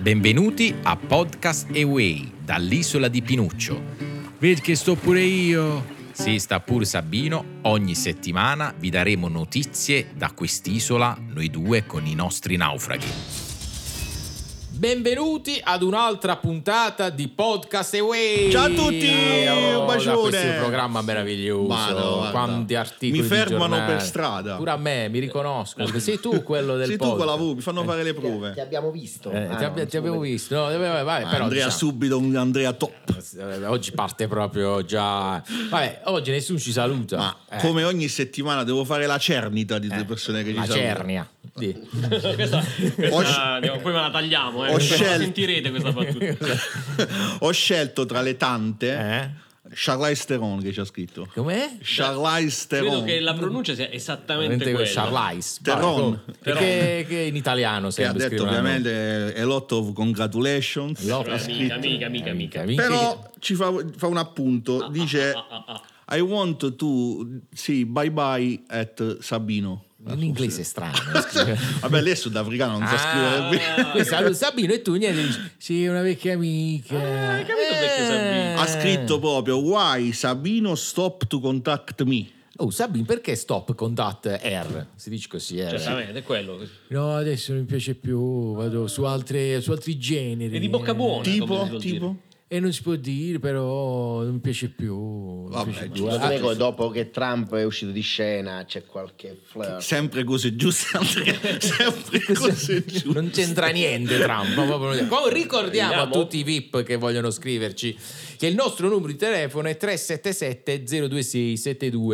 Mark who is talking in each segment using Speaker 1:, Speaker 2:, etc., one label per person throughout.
Speaker 1: Benvenuti a Podcast Away dall'isola di Pinuccio.
Speaker 2: Ved che sto pure io.
Speaker 1: Si sta pur Sabino, ogni settimana vi daremo notizie da quest'isola, noi due con i nostri naufraghi. Benvenuti ad un'altra puntata di Podcast Away.
Speaker 3: Ciao a tutti,
Speaker 1: Allora,
Speaker 3: un bacione.
Speaker 1: Questo programma meraviglioso.
Speaker 3: Ma no, guarda.
Speaker 1: Quanti articoli
Speaker 3: Mi
Speaker 1: di
Speaker 3: fermano
Speaker 1: giornale.
Speaker 3: per strada.
Speaker 1: Pure a me, mi riconosco. Sei tu quello del
Speaker 3: Sei tu
Speaker 1: podcast.
Speaker 3: con la V, mi fanno fare le
Speaker 4: Ti, ti
Speaker 3: prove.
Speaker 4: abbiamo visto.
Speaker 1: Eh,
Speaker 4: Ah,
Speaker 1: ti,
Speaker 4: no,
Speaker 1: abbi-
Speaker 4: non
Speaker 1: ti
Speaker 4: so
Speaker 1: abbiamo
Speaker 4: come-
Speaker 1: visto. No, vai, vai,
Speaker 3: Ma
Speaker 1: però,
Speaker 3: Andrea
Speaker 1: diciamo-
Speaker 3: subito, un Andrea top.
Speaker 1: Eh, Oggi parte proprio già. Vabbè, oggi nessuno ci saluta.
Speaker 3: Ma
Speaker 1: Eh,
Speaker 3: Ah, come ogni settimana devo fare la cernita di due
Speaker 1: eh,
Speaker 3: persone che ci
Speaker 1: La
Speaker 3: salutano.
Speaker 1: cernia. Sì.
Speaker 5: Questa, questa-
Speaker 3: Ho sc-
Speaker 5: andiamo, poi me la tagliamo, eh,
Speaker 3: ho
Speaker 5: non
Speaker 3: scelto-
Speaker 5: la sentirete questa battuta.
Speaker 3: Ho scelto tra le tante
Speaker 1: Eh?
Speaker 3: Charlize Theron che ci ha scritto.
Speaker 1: Com'è?
Speaker 3: Charlize
Speaker 5: Credo
Speaker 3: Theron.
Speaker 5: che la pronuncia sia esattamente
Speaker 1: Veramente
Speaker 5: quella.
Speaker 1: Charlize.
Speaker 3: Terron.
Speaker 5: Terron.
Speaker 1: Perché che in italiano
Speaker 3: Che ha
Speaker 1: sempre
Speaker 3: detto
Speaker 1: scrivono.
Speaker 3: ovviamente a lot of congratulations.
Speaker 1: Lot.
Speaker 3: Ha
Speaker 5: Amica,
Speaker 3: scritto.
Speaker 5: Cioè, amica, amica, amica.
Speaker 3: Però ci fa, fa un appunto, dice
Speaker 5: Ah, ah, ah,
Speaker 3: I want to sì, bye bye at Sabino.
Speaker 1: In inglese è strano. eh,
Speaker 3: Vabbè, lei è sudafricano, non sa scrivere bene.
Speaker 1: Ah, questo allora, Sabino e tu niente dici sì una vecchia amica
Speaker 5: Ah, hai capito perché Sabino?
Speaker 1: Eh.
Speaker 3: ha scritto proprio Why Sabino stop to contact me?
Speaker 1: oh Sabino perché stop con dat R si dice così eh.
Speaker 5: ah. Certamente, è quello.
Speaker 2: No, adesso non mi piace più, vado su, altre, su altri generi.
Speaker 5: E di bocca buona. come si
Speaker 3: Tipo,
Speaker 5: vuol
Speaker 3: tipo?
Speaker 2: E non si può dire, però non mi piace più. non mi
Speaker 3: Vabbè,
Speaker 2: piace più.
Speaker 1: Ah,
Speaker 3: giusto.
Speaker 4: Secondo
Speaker 5: Ah,
Speaker 4: me,
Speaker 5: ecco,
Speaker 4: co- dopo che Trump è uscito di scena, c'è qualche flirt.
Speaker 3: Sempre cose giuste, Andrea. Sempre cose giuste.
Speaker 1: Non c'entra niente Trump. ma proprio niente. Comunque ricordiamo a
Speaker 5: Vediamo.
Speaker 1: tutti i VIP che vogliono scriverci che il nostro numero di telefono è 377 026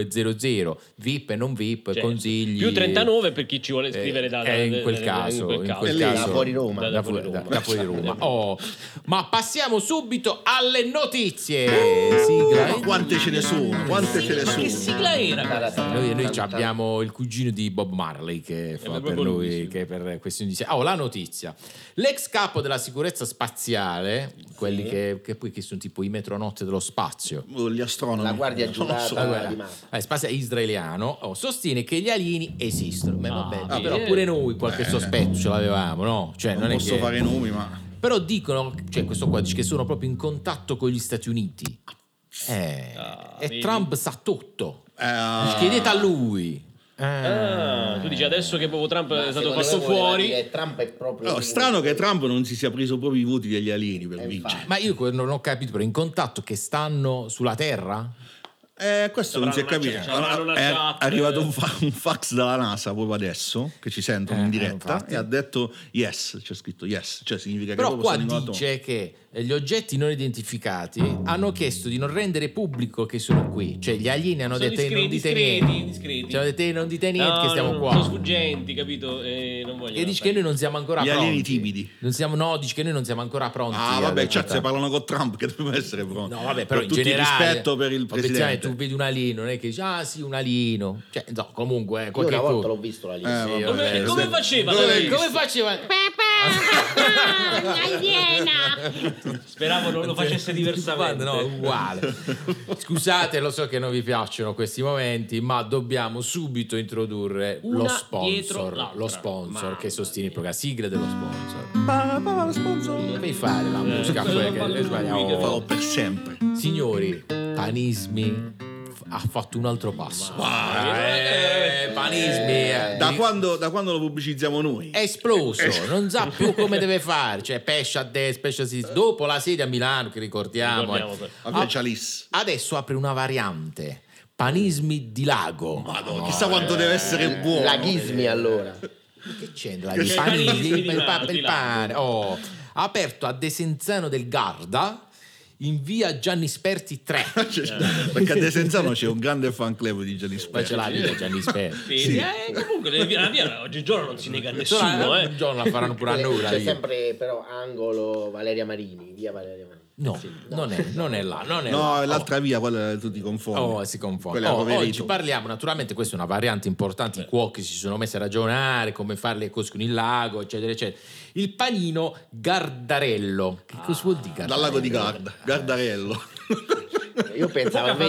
Speaker 1: 7200. VIP e non VIP,
Speaker 5: Certo.
Speaker 1: consigli.
Speaker 5: Più 39 per chi ci vuole scrivere
Speaker 1: Eh,
Speaker 5: da-
Speaker 1: eh, in
Speaker 5: da-
Speaker 1: quel
Speaker 5: da-
Speaker 1: caso,
Speaker 5: in quel caso.
Speaker 4: È lì, da fuori Roma.
Speaker 1: Da,
Speaker 5: Da
Speaker 1: fuori
Speaker 5: fuori
Speaker 1: Roma.
Speaker 5: Roma.
Speaker 1: da fuori Roma. Oh, ma passiamo subito alle notizie. Sigla.
Speaker 3: Ma quante ce ne sono? Quante ce ne
Speaker 5: Ma che
Speaker 3: sono?
Speaker 5: sigla era? questa?
Speaker 1: Noi, noi ci abbiamo il cugino di Bob Marley che fa
Speaker 5: Eh, proprio
Speaker 1: per
Speaker 5: lui,
Speaker 1: lui,
Speaker 5: sì.
Speaker 1: che per questioni di... Ah, Oh, la notizia. L'ex capo della sicurezza spaziale, quelli che, che poi che sono tipo i metronotte dello spazio,
Speaker 3: Oh, Gli astronomi.
Speaker 4: La guardia
Speaker 3: Non lo so.
Speaker 4: giurata.
Speaker 1: Allora,
Speaker 4: di mano.
Speaker 1: eh, spazio israeliano, oh, sostiene che gli alieni esistono. Beh, va
Speaker 5: Ah,
Speaker 1: bene.
Speaker 5: vedi.
Speaker 1: però pure noi qualche sospetto ce l'avevamo, no? Cioè, non,
Speaker 3: Non
Speaker 1: è
Speaker 3: posso
Speaker 1: che...
Speaker 3: fare nomi, ma
Speaker 1: Però dicono, cioè questo qua dice che sono proprio in contatto con gli Stati Uniti. Eh,
Speaker 5: Ah,
Speaker 1: e
Speaker 5: vedi.
Speaker 1: Trump sa tutto.
Speaker 3: Eh,
Speaker 1: Chiedete a lui. Eh.
Speaker 5: Ah, tu dici adesso che proprio Trump
Speaker 4: Ma
Speaker 5: è stato
Speaker 4: secondo
Speaker 5: fatto
Speaker 4: me voleva
Speaker 5: fuori.
Speaker 4: dire, Trump è proprio.
Speaker 3: no, strano che Trump non si sia preso proprio i voti degli alieni per
Speaker 4: Eh,
Speaker 3: vincere.
Speaker 4: infatti.
Speaker 1: Ma io que- non ho capito, però in contatto che stanno sulla Terra?
Speaker 3: Eh, questo non si è
Speaker 5: Avranno una
Speaker 3: capito.
Speaker 5: chat, cioè, avranno una eh.
Speaker 3: è
Speaker 5: chat.
Speaker 3: arrivato un, fa- un fax dalla NASA proprio adesso, che ci sentono
Speaker 1: Eh,
Speaker 3: in diretta,
Speaker 1: infatti.
Speaker 3: e ha detto yes, c'è scritto yes, cioè significa
Speaker 1: Però
Speaker 3: che
Speaker 1: qua
Speaker 3: proprio sono in contatto.
Speaker 1: dice che eh, gli oggetti non identificati hanno chiesto di non rendere pubblico che sono qui. Cioè gli alieni hanno
Speaker 5: Sono
Speaker 1: detto "Eh, non dite
Speaker 5: discreti,
Speaker 1: niente.
Speaker 5: discreti, discreti.
Speaker 1: Ci hanno detto "Eh, non dite niente che
Speaker 5: No,
Speaker 1: stiamo
Speaker 5: no, no,
Speaker 1: qua.
Speaker 5: Sono sfuggenti, capito? Eh, non voglio.
Speaker 1: e dici che noi non siamo ancora
Speaker 3: Gli
Speaker 1: pronti.
Speaker 3: alieni timidi.
Speaker 1: Non siamo, no, dici che noi non siamo ancora pronti.
Speaker 3: Ah,
Speaker 1: ad
Speaker 3: vabbè, cioè,
Speaker 1: accettare.
Speaker 3: se parlano con Trump, che dobbiamo essere pronti.
Speaker 1: No, vabbè, però
Speaker 3: Con
Speaker 1: in
Speaker 3: tutto il
Speaker 1: generale,
Speaker 3: rispetto per il
Speaker 1: ma pensare,
Speaker 3: presidente.
Speaker 1: tu vedi un alieno, non è che dici, ah sì, un alieno. Cioè, no, comunque, eh,
Speaker 4: Io
Speaker 1: qualche
Speaker 4: una
Speaker 1: cosa.
Speaker 4: volta
Speaker 1: Eh,
Speaker 4: l'ho visto la
Speaker 3: Eh,
Speaker 4: lista.
Speaker 3: vabbè.
Speaker 5: Come, come faceva?
Speaker 3: Dove-
Speaker 5: Dai,
Speaker 1: Come faceva?
Speaker 5: Speravo non lo facesse diversamente.
Speaker 1: Cioè, No, uguale. Scusate, lo so che non vi piacciono questi momenti, ma dobbiamo subito introdurre
Speaker 5: Una
Speaker 1: lo
Speaker 5: dietro
Speaker 1: sponsor,
Speaker 5: l'altra.
Speaker 1: lo sponsor
Speaker 5: Mamma
Speaker 1: che sostiene il programma, sigla dello sponsor. Devi fare la musica,
Speaker 5: Eh, quello
Speaker 1: quella
Speaker 5: fa
Speaker 1: che
Speaker 5: lui, che
Speaker 1: sbagliamo.
Speaker 5: fa-
Speaker 3: Farò per sempre.
Speaker 1: Signori,
Speaker 5: Mm-hmm.
Speaker 1: Panismi f- ha fatto un altro passo.
Speaker 5: Eh,
Speaker 1: Eh, Panismi eh,
Speaker 3: Da
Speaker 1: di-
Speaker 3: quando, da quando lo pubblicizziamo noi?
Speaker 1: è esploso,
Speaker 5: Eh,
Speaker 1: non sa più come deve fare, cioè pesce a destra, pesce a sinistra. Dopo la sede a Milano, che ricordiamo,
Speaker 5: Ricordiamo,
Speaker 1: eh,
Speaker 5: per-
Speaker 3: Vabbè, c'ha l'IS.
Speaker 1: adesso apre una variante, Panismi di Lago.
Speaker 3: Madonna, chissà
Speaker 1: eh,
Speaker 3: quanto deve essere buono.
Speaker 4: Laghismi allora.
Speaker 1: Che c'entra il
Speaker 5: Che
Speaker 1: panismi,
Speaker 5: panismi
Speaker 1: il,
Speaker 5: di
Speaker 1: pa-
Speaker 5: là,
Speaker 1: il
Speaker 5: di là.
Speaker 1: pane? Oh, aperto a Desenzano del Garda in via Gianni Sperti 3.
Speaker 3: Cioè, Perché a Desenzano c'è un grande fan club di Gianni
Speaker 1: Poi ce
Speaker 3: Sperti.
Speaker 1: l'ha lì la Gianni Sperti.
Speaker 5: Sì, sì. Eh, comunque le- la via oggigiorno non si nega a nessuno,
Speaker 1: Solo,
Speaker 5: eh.
Speaker 1: Un giorno la faranno pure a noi la
Speaker 4: C'è
Speaker 1: via.
Speaker 4: sempre però angolo Valeria Marini, via Valeria Marini.
Speaker 1: No, non è, non è là, non è
Speaker 3: No,
Speaker 1: là.
Speaker 3: è
Speaker 1: Oh.
Speaker 3: l'altra via, quella tu ti confondi.
Speaker 1: Oh, si confonde.
Speaker 3: Quella
Speaker 1: Oh,
Speaker 3: è Roverito.
Speaker 1: oggi parliamo, naturalmente, questa è una variante importante. I cuochi si sono messi a ragionare come fare le cose con il lago, eccetera, eccetera. Il panino Gardarello. Che cosa vuol dire?
Speaker 3: Dal lago di
Speaker 1: Gardarello?
Speaker 3: Garda, Gardarello.
Speaker 4: Io pensavo
Speaker 5: Poca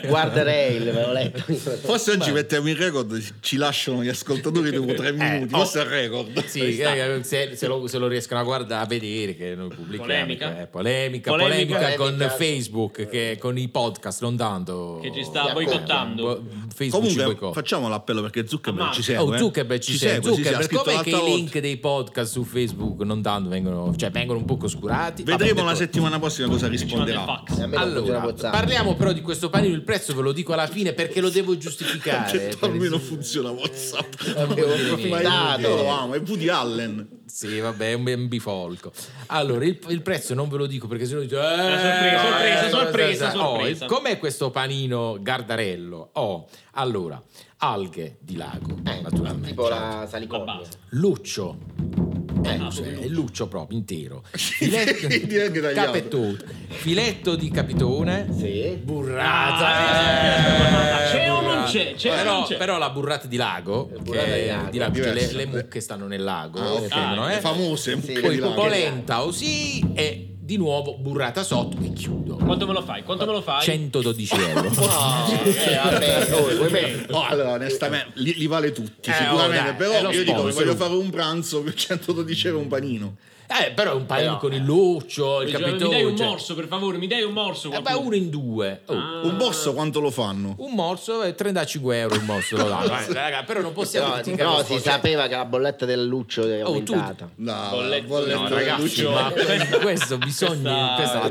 Speaker 5: eh.
Speaker 4: Guarda Rail, ve l'ho letto.
Speaker 3: Forse oggi mettiamo il record, ci lasciano gli ascoltatori dopo tre minuti.
Speaker 1: oh.
Speaker 3: Questo è il record.
Speaker 1: Sì, eh, se, se lo, se lo riescono a guardare, a vedere che noi pubblichiamo.
Speaker 5: Polemica?
Speaker 1: eh, polemica, polemica,
Speaker 5: Polemica.
Speaker 1: con
Speaker 4: Polemica.
Speaker 1: Facebook, che, con i podcast, non dando...
Speaker 5: Che ci sta
Speaker 4: D'accordo.
Speaker 5: boicottando.
Speaker 1: Facebook ci
Speaker 3: Comunque,
Speaker 1: boicotta.
Speaker 3: facciamo l'appello perché Zuckerberg
Speaker 5: Ah,
Speaker 3: ci
Speaker 5: ma-
Speaker 3: segue.
Speaker 1: Oh,
Speaker 3: eh.
Speaker 1: Zuckerberg ci, sei.
Speaker 3: segue, sì, sì, ha
Speaker 1: Zuckerberg,
Speaker 3: scritto
Speaker 1: com'è che
Speaker 3: l'altra
Speaker 1: i
Speaker 3: volta.
Speaker 1: link dei podcast su Facebook non tanto vengono, cioè vengono un po' oscurati?
Speaker 3: Vedremo
Speaker 1: Vabbè,
Speaker 3: la settimana prossima cosa
Speaker 5: Ci manda il
Speaker 3: risponderà.
Speaker 5: fax.
Speaker 1: Allora, parliamo però di questo panino, il prezzo ve lo dico alla fine perché lo devo giustificare.
Speaker 3: Che
Speaker 1: per-
Speaker 3: Cioè, almeno funziona WhatsApp.
Speaker 1: Vabbè,
Speaker 3: Ma
Speaker 4: date.
Speaker 3: io lo amo, è Woody Allen.
Speaker 1: Sì, vabbè, è un ben bifolco. Allora, il, il prezzo non ve lo dico perché sennò dite... eh,
Speaker 5: sorpresa, sorpresa,
Speaker 1: eh,
Speaker 5: sorpresa,
Speaker 1: cosa- oh,
Speaker 5: sorpresa.
Speaker 1: e com'è questo panino Gardarello? Oh, allora, alghe di lago, naturalmente.
Speaker 4: Eh, tipo la salicornia.
Speaker 5: base.
Speaker 1: Luccio. Eh,
Speaker 5: Ah,
Speaker 1: cioè,
Speaker 5: proprio
Speaker 1: è luccio proprio intero
Speaker 3: Quindi anche
Speaker 1: filetto,
Speaker 3: tagliato.
Speaker 1: capetto- filetto di capitone
Speaker 4: Sì.
Speaker 1: burrata
Speaker 5: Ah,
Speaker 1: eh,
Speaker 5: c'è o non
Speaker 1: burrata.
Speaker 5: c'è? C'è o
Speaker 1: però,
Speaker 5: non c'è?
Speaker 1: però la burrata di lago
Speaker 4: burrata
Speaker 1: che
Speaker 4: di lago.
Speaker 1: di lago, cioè le,
Speaker 3: Diverso.
Speaker 1: le mucche stanno nel lago
Speaker 3: Ah, ok.
Speaker 1: prendono,
Speaker 3: Le
Speaker 1: eh.
Speaker 3: famose
Speaker 4: Sì,
Speaker 3: mucche
Speaker 1: poi
Speaker 3: di lago.
Speaker 1: polenta o sì e di nuovo burrata sotto e chiudo
Speaker 5: Quanto me lo fai? Quanto me lo fai?
Speaker 1: 112 euro
Speaker 4: Eh, vabbè, oh, vuoi bene?
Speaker 3: Oh, allora, onestamente, li, li vale tutti,
Speaker 1: Eh,
Speaker 3: sicuramente.
Speaker 1: oh, dai, è
Speaker 3: però
Speaker 1: lo
Speaker 3: io dico,
Speaker 1: sponsor.
Speaker 3: voglio fare un pranzo per 112 euro un panino.
Speaker 1: eh, però è un panino
Speaker 4: Però,
Speaker 1: con il luccio il
Speaker 5: Dice, mi dai un
Speaker 1: capitone cioè-
Speaker 5: morso, per favore, mi dai un morso.
Speaker 1: Eh, beh,
Speaker 5: qualcuno.
Speaker 1: uno in due Oh.
Speaker 3: Un boss quanto lo fanno?
Speaker 1: Un morso è 35 euro un morso lo danno. Eh, raga, però non possiamo
Speaker 4: No,
Speaker 1: criticare
Speaker 4: no,
Speaker 1: lo
Speaker 4: si
Speaker 1: sponsor.
Speaker 4: sapeva che la bolletta del Luccio è
Speaker 1: cioè Oh, tu-
Speaker 4: aumentata.
Speaker 3: La
Speaker 5: Bolletta-
Speaker 3: bolletta
Speaker 5: no,
Speaker 3: del
Speaker 5: ragazzi,
Speaker 3: Luccio.
Speaker 1: Ma questo, questo bisogna, questa la
Speaker 5: un giorno la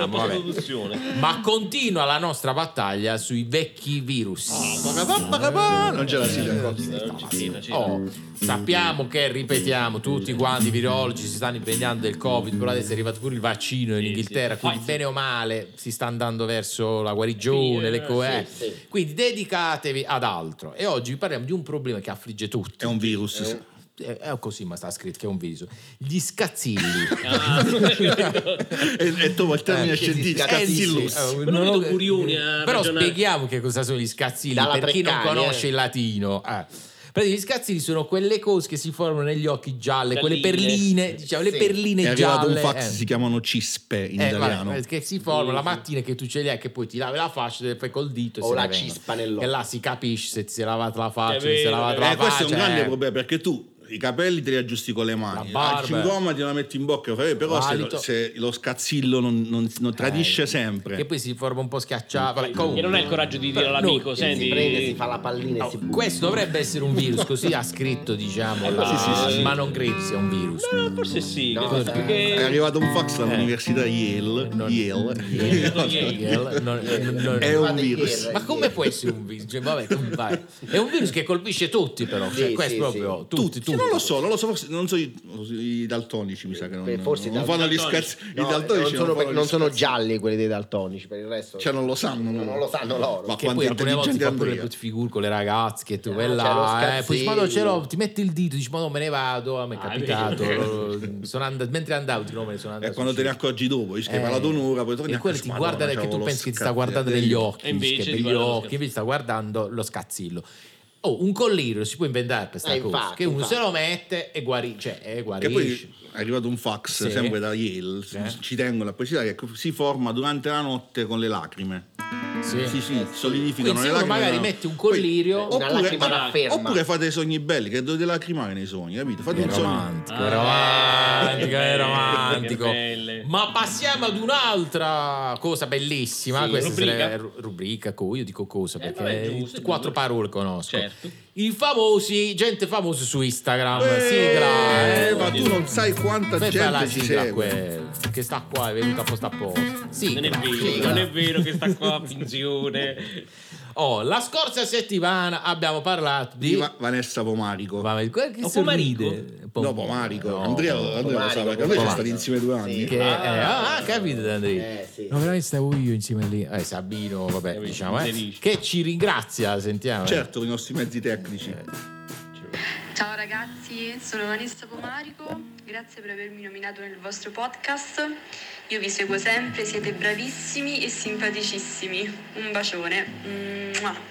Speaker 1: tagliamo. vabbè.
Speaker 5: produzione.
Speaker 1: Ma continua la nostra battaglia sui vecchi virus. Eh,
Speaker 3: Pacapà, pacapà, Ah, Non c'è la sigla ancora.
Speaker 1: Oh, sappiamo che, ripetiamo, tutti quanti i virologi si stanno impegnando del Covid, però adesso è arrivato pure il vaccino in
Speaker 5: Sì,
Speaker 1: Inghilterra,
Speaker 5: sì.
Speaker 1: quindi
Speaker 5: Pfizer.
Speaker 1: bene o male si sta andando verso la guarigione,
Speaker 5: Sì,
Speaker 1: le
Speaker 5: eh,
Speaker 1: cose.
Speaker 4: sì, sì.
Speaker 1: Quindi dedicatevi ad altro. E oggi vi parliamo di un problema che affligge tutti.
Speaker 3: È un virus. sì.
Speaker 1: Eh, È così, ma sta scritto che è un viso. Gli scazzilli.
Speaker 5: Ah,
Speaker 3: E, e trovo il termine
Speaker 1: Eh, sì, sì,
Speaker 3: scientifico.
Speaker 1: eh, sì,
Speaker 3: scazzillus.
Speaker 1: sì, eh,
Speaker 5: non
Speaker 1: ho-
Speaker 5: vedo Curioni a
Speaker 1: Però
Speaker 5: ragionare.
Speaker 1: spieghiamo che cosa sono gli scazzilli
Speaker 4: Dalla
Speaker 1: per chi non
Speaker 4: Treccani,
Speaker 1: conosce
Speaker 4: eh.
Speaker 1: il latino. Eh. Perché gli scazzilli sono quelle cose che si formano negli occhi gialle, quelle
Speaker 5: Galline.
Speaker 1: perline, diciamo, le
Speaker 4: Sì.
Speaker 1: perline
Speaker 3: È arrivato
Speaker 1: gialle.
Speaker 3: un fax,
Speaker 1: eh.
Speaker 3: si chiamano cispe in
Speaker 1: Eh,
Speaker 3: italiano.
Speaker 1: vabbè, che si formano la mattina che tu ce li hai, che poi ti lavi la faccia, te le fai col dito e
Speaker 4: O
Speaker 1: se
Speaker 4: la
Speaker 1: ne vengono.
Speaker 4: cispa nell'occhio.
Speaker 1: E là si capisce se ti sei lavata la faccia,
Speaker 5: È
Speaker 1: se si è
Speaker 5: vero,
Speaker 1: lavata
Speaker 5: è
Speaker 1: la
Speaker 5: vero.
Speaker 3: Eh, questo è un
Speaker 1: faccia,
Speaker 3: grande
Speaker 1: eh.
Speaker 3: problema perché tu i capelli te li aggiusti con le
Speaker 1: La
Speaker 3: mani,
Speaker 1: barba.
Speaker 3: il cingoma te la metti in bocca, fai, però se lo,
Speaker 1: L'alito.
Speaker 3: se lo scazzillo non, non- non tradisce
Speaker 1: Eh,
Speaker 3: sempre.
Speaker 1: Che poi si forma un po' schiacciato. Vabbè,
Speaker 5: E
Speaker 1: comunque.
Speaker 5: non hai il coraggio di dire
Speaker 1: Però
Speaker 5: all'amico,
Speaker 1: no,
Speaker 5: senti...
Speaker 4: Si prende, si fa la pallina
Speaker 1: No,
Speaker 4: e si butta.
Speaker 1: Oh, questo dovrebbe essere un virus, così ha scritto,
Speaker 3: Eh,
Speaker 1: diciamo, la-
Speaker 5: sì, sì, sì.
Speaker 1: ma non credo sia un virus.
Speaker 5: No, forse sì.
Speaker 4: No,
Speaker 5: che-
Speaker 4: dai.
Speaker 5: perché-
Speaker 3: È arrivato un fax dall'università Yale.
Speaker 1: Eh. Non-
Speaker 3: Yale.
Speaker 1: Eh,
Speaker 5: Non-
Speaker 1: Miguel, non- non- non-
Speaker 3: È un
Speaker 4: Fate
Speaker 3: virus.
Speaker 4: chiedere.
Speaker 1: ma come può essere un virus? Cioè, vabbè, come fai? È un virus che colpisce tutti, però. Cioè,
Speaker 4: Sì,
Speaker 1: questo
Speaker 4: sì,
Speaker 1: proprio tutti,
Speaker 3: Tutti,
Speaker 1: tutti.
Speaker 3: non lo so, non lo so, forse, non so i, i daltonici, mi sa che non,
Speaker 4: Beh, forse i
Speaker 3: non fanno gli
Speaker 5: daltonici.
Speaker 3: scazzi.
Speaker 4: No,
Speaker 3: I
Speaker 4: non
Speaker 3: daltonici non,
Speaker 4: sono,
Speaker 3: fanno gli
Speaker 4: non sono
Speaker 3: scazzi-
Speaker 4: gialli quelli dei daltonici, per il resto.
Speaker 3: Cioè, non lo sanno.
Speaker 4: No, non lo sanno loro.
Speaker 3: Ma
Speaker 1: Che poi
Speaker 3: quanti
Speaker 1: alcune volte
Speaker 3: intelligenti
Speaker 1: fa pure
Speaker 3: Andrea.
Speaker 1: le figure con le ragazze che tu vai
Speaker 4: c'è
Speaker 1: là,
Speaker 4: lo
Speaker 1: eh, poi dici, ma no, ce
Speaker 4: scazzillo."
Speaker 1: l'ho", ti metti il dito, dici ma no me ne vado, a me è
Speaker 5: Ah,
Speaker 1: capitato,
Speaker 5: vero.
Speaker 1: lo- sono andato- mentre andavo ti no, me ne sono
Speaker 3: E
Speaker 1: andato.
Speaker 3: Eh, quando te ne accorgi dopo, dici che hai
Speaker 1: Eh,
Speaker 3: parlato un'ora, poi torni
Speaker 1: e
Speaker 3: a
Speaker 1: quello
Speaker 3: casa.
Speaker 1: ti
Speaker 3: Madonna,
Speaker 1: guarda che
Speaker 3: c'avevo
Speaker 1: tu
Speaker 3: lo
Speaker 1: pensi che ti sta
Speaker 3: scazzo
Speaker 1: guardando
Speaker 3: del-
Speaker 1: negli occhi
Speaker 5: E invece
Speaker 1: dici che
Speaker 5: ti
Speaker 1: per gli
Speaker 5: guarda lo
Speaker 1: occhi
Speaker 5: scazzillo.
Speaker 1: invece sta guardando lo scazzillo oh un collirio si può inventare per sta
Speaker 4: Eh,
Speaker 1: cosa
Speaker 4: infatti,
Speaker 1: che uno
Speaker 4: infatti.
Speaker 1: se lo mette e guarisce e
Speaker 3: Che
Speaker 1: guarisce
Speaker 3: poi è arrivato un fax
Speaker 1: Sì. Eh.
Speaker 3: sempre da Yale,
Speaker 1: Sì.
Speaker 3: ci tengo la poesia, che si forma durante la notte con le lacrime.
Speaker 1: Sì.
Speaker 3: Sì, sì,
Speaker 1: Quindi
Speaker 3: solidificano
Speaker 1: se
Speaker 3: le
Speaker 1: uno
Speaker 3: lacrime.
Speaker 1: magari
Speaker 3: nella-
Speaker 1: mette un
Speaker 3: Poi-
Speaker 1: collirio
Speaker 4: Una
Speaker 3: Oppure,
Speaker 4: lacrima
Speaker 3: ma-
Speaker 4: da ferma.
Speaker 3: oppure fate dei sogni belli che dovete lacrimare nei sogni, capito? Fate
Speaker 1: È
Speaker 3: un sogno.
Speaker 1: romantico,
Speaker 5: Ah,
Speaker 1: è romantico,
Speaker 5: che
Speaker 1: è
Speaker 5: belle,
Speaker 1: romantico.
Speaker 5: che belle.
Speaker 1: Ma passiamo ad un'altra cosa bellissima.
Speaker 4: Sì,
Speaker 1: Questa
Speaker 5: rubrica.
Speaker 1: è la rubrica, co- io dico cosa
Speaker 5: Eh,
Speaker 1: perché
Speaker 5: vabbè, giusto, è
Speaker 1: quattro
Speaker 5: giusto.
Speaker 1: parole conosco.
Speaker 5: Certo.
Speaker 1: I famosi, gente famosa su Instagram. sigla.
Speaker 3: Eh,
Speaker 1: eh.
Speaker 3: ma tu non sai quanta
Speaker 1: Fai fare la
Speaker 3: gente ci
Speaker 1: sigla
Speaker 3: segue.
Speaker 1: quella, che sta qua, è venuta apposta apposta. Sì,
Speaker 5: Non è vero, non è vero che sta qua a finzione.
Speaker 1: Oh, la scorsa settimana abbiamo parlato di...
Speaker 3: Di Va- Vanessa Pomarico.
Speaker 1: Ma quel che
Speaker 5: Oh,
Speaker 1: sorride? Pom-
Speaker 3: no, Pomarico.
Speaker 1: No,
Speaker 3: Andrea,
Speaker 1: Pom-
Speaker 3: Andrea lo sa
Speaker 4: Pomarico,
Speaker 3: perché noi siamo
Speaker 1: Pomarico.
Speaker 3: stati insieme due anni.
Speaker 4: Sì.
Speaker 1: Che,
Speaker 5: Ah.
Speaker 1: eh, ah, ah, capito Andrea.
Speaker 4: Eh, sì.
Speaker 1: No, veramente stavo io insieme lì. Eh, Sabino, vabbè,
Speaker 5: Capito,
Speaker 1: diciamo, eh,
Speaker 5: inserisci.
Speaker 1: che ci ringrazia, sentiamo. eh.
Speaker 3: Certo, con i nostri mezzi tecnici.
Speaker 6: Ciao ragazzi, sono Vanessa Pomarico, grazie per avermi nominato nel vostro podcast. Io vi seguo sempre, siete bravissimi e simpaticissimi. Un bacione. Mua.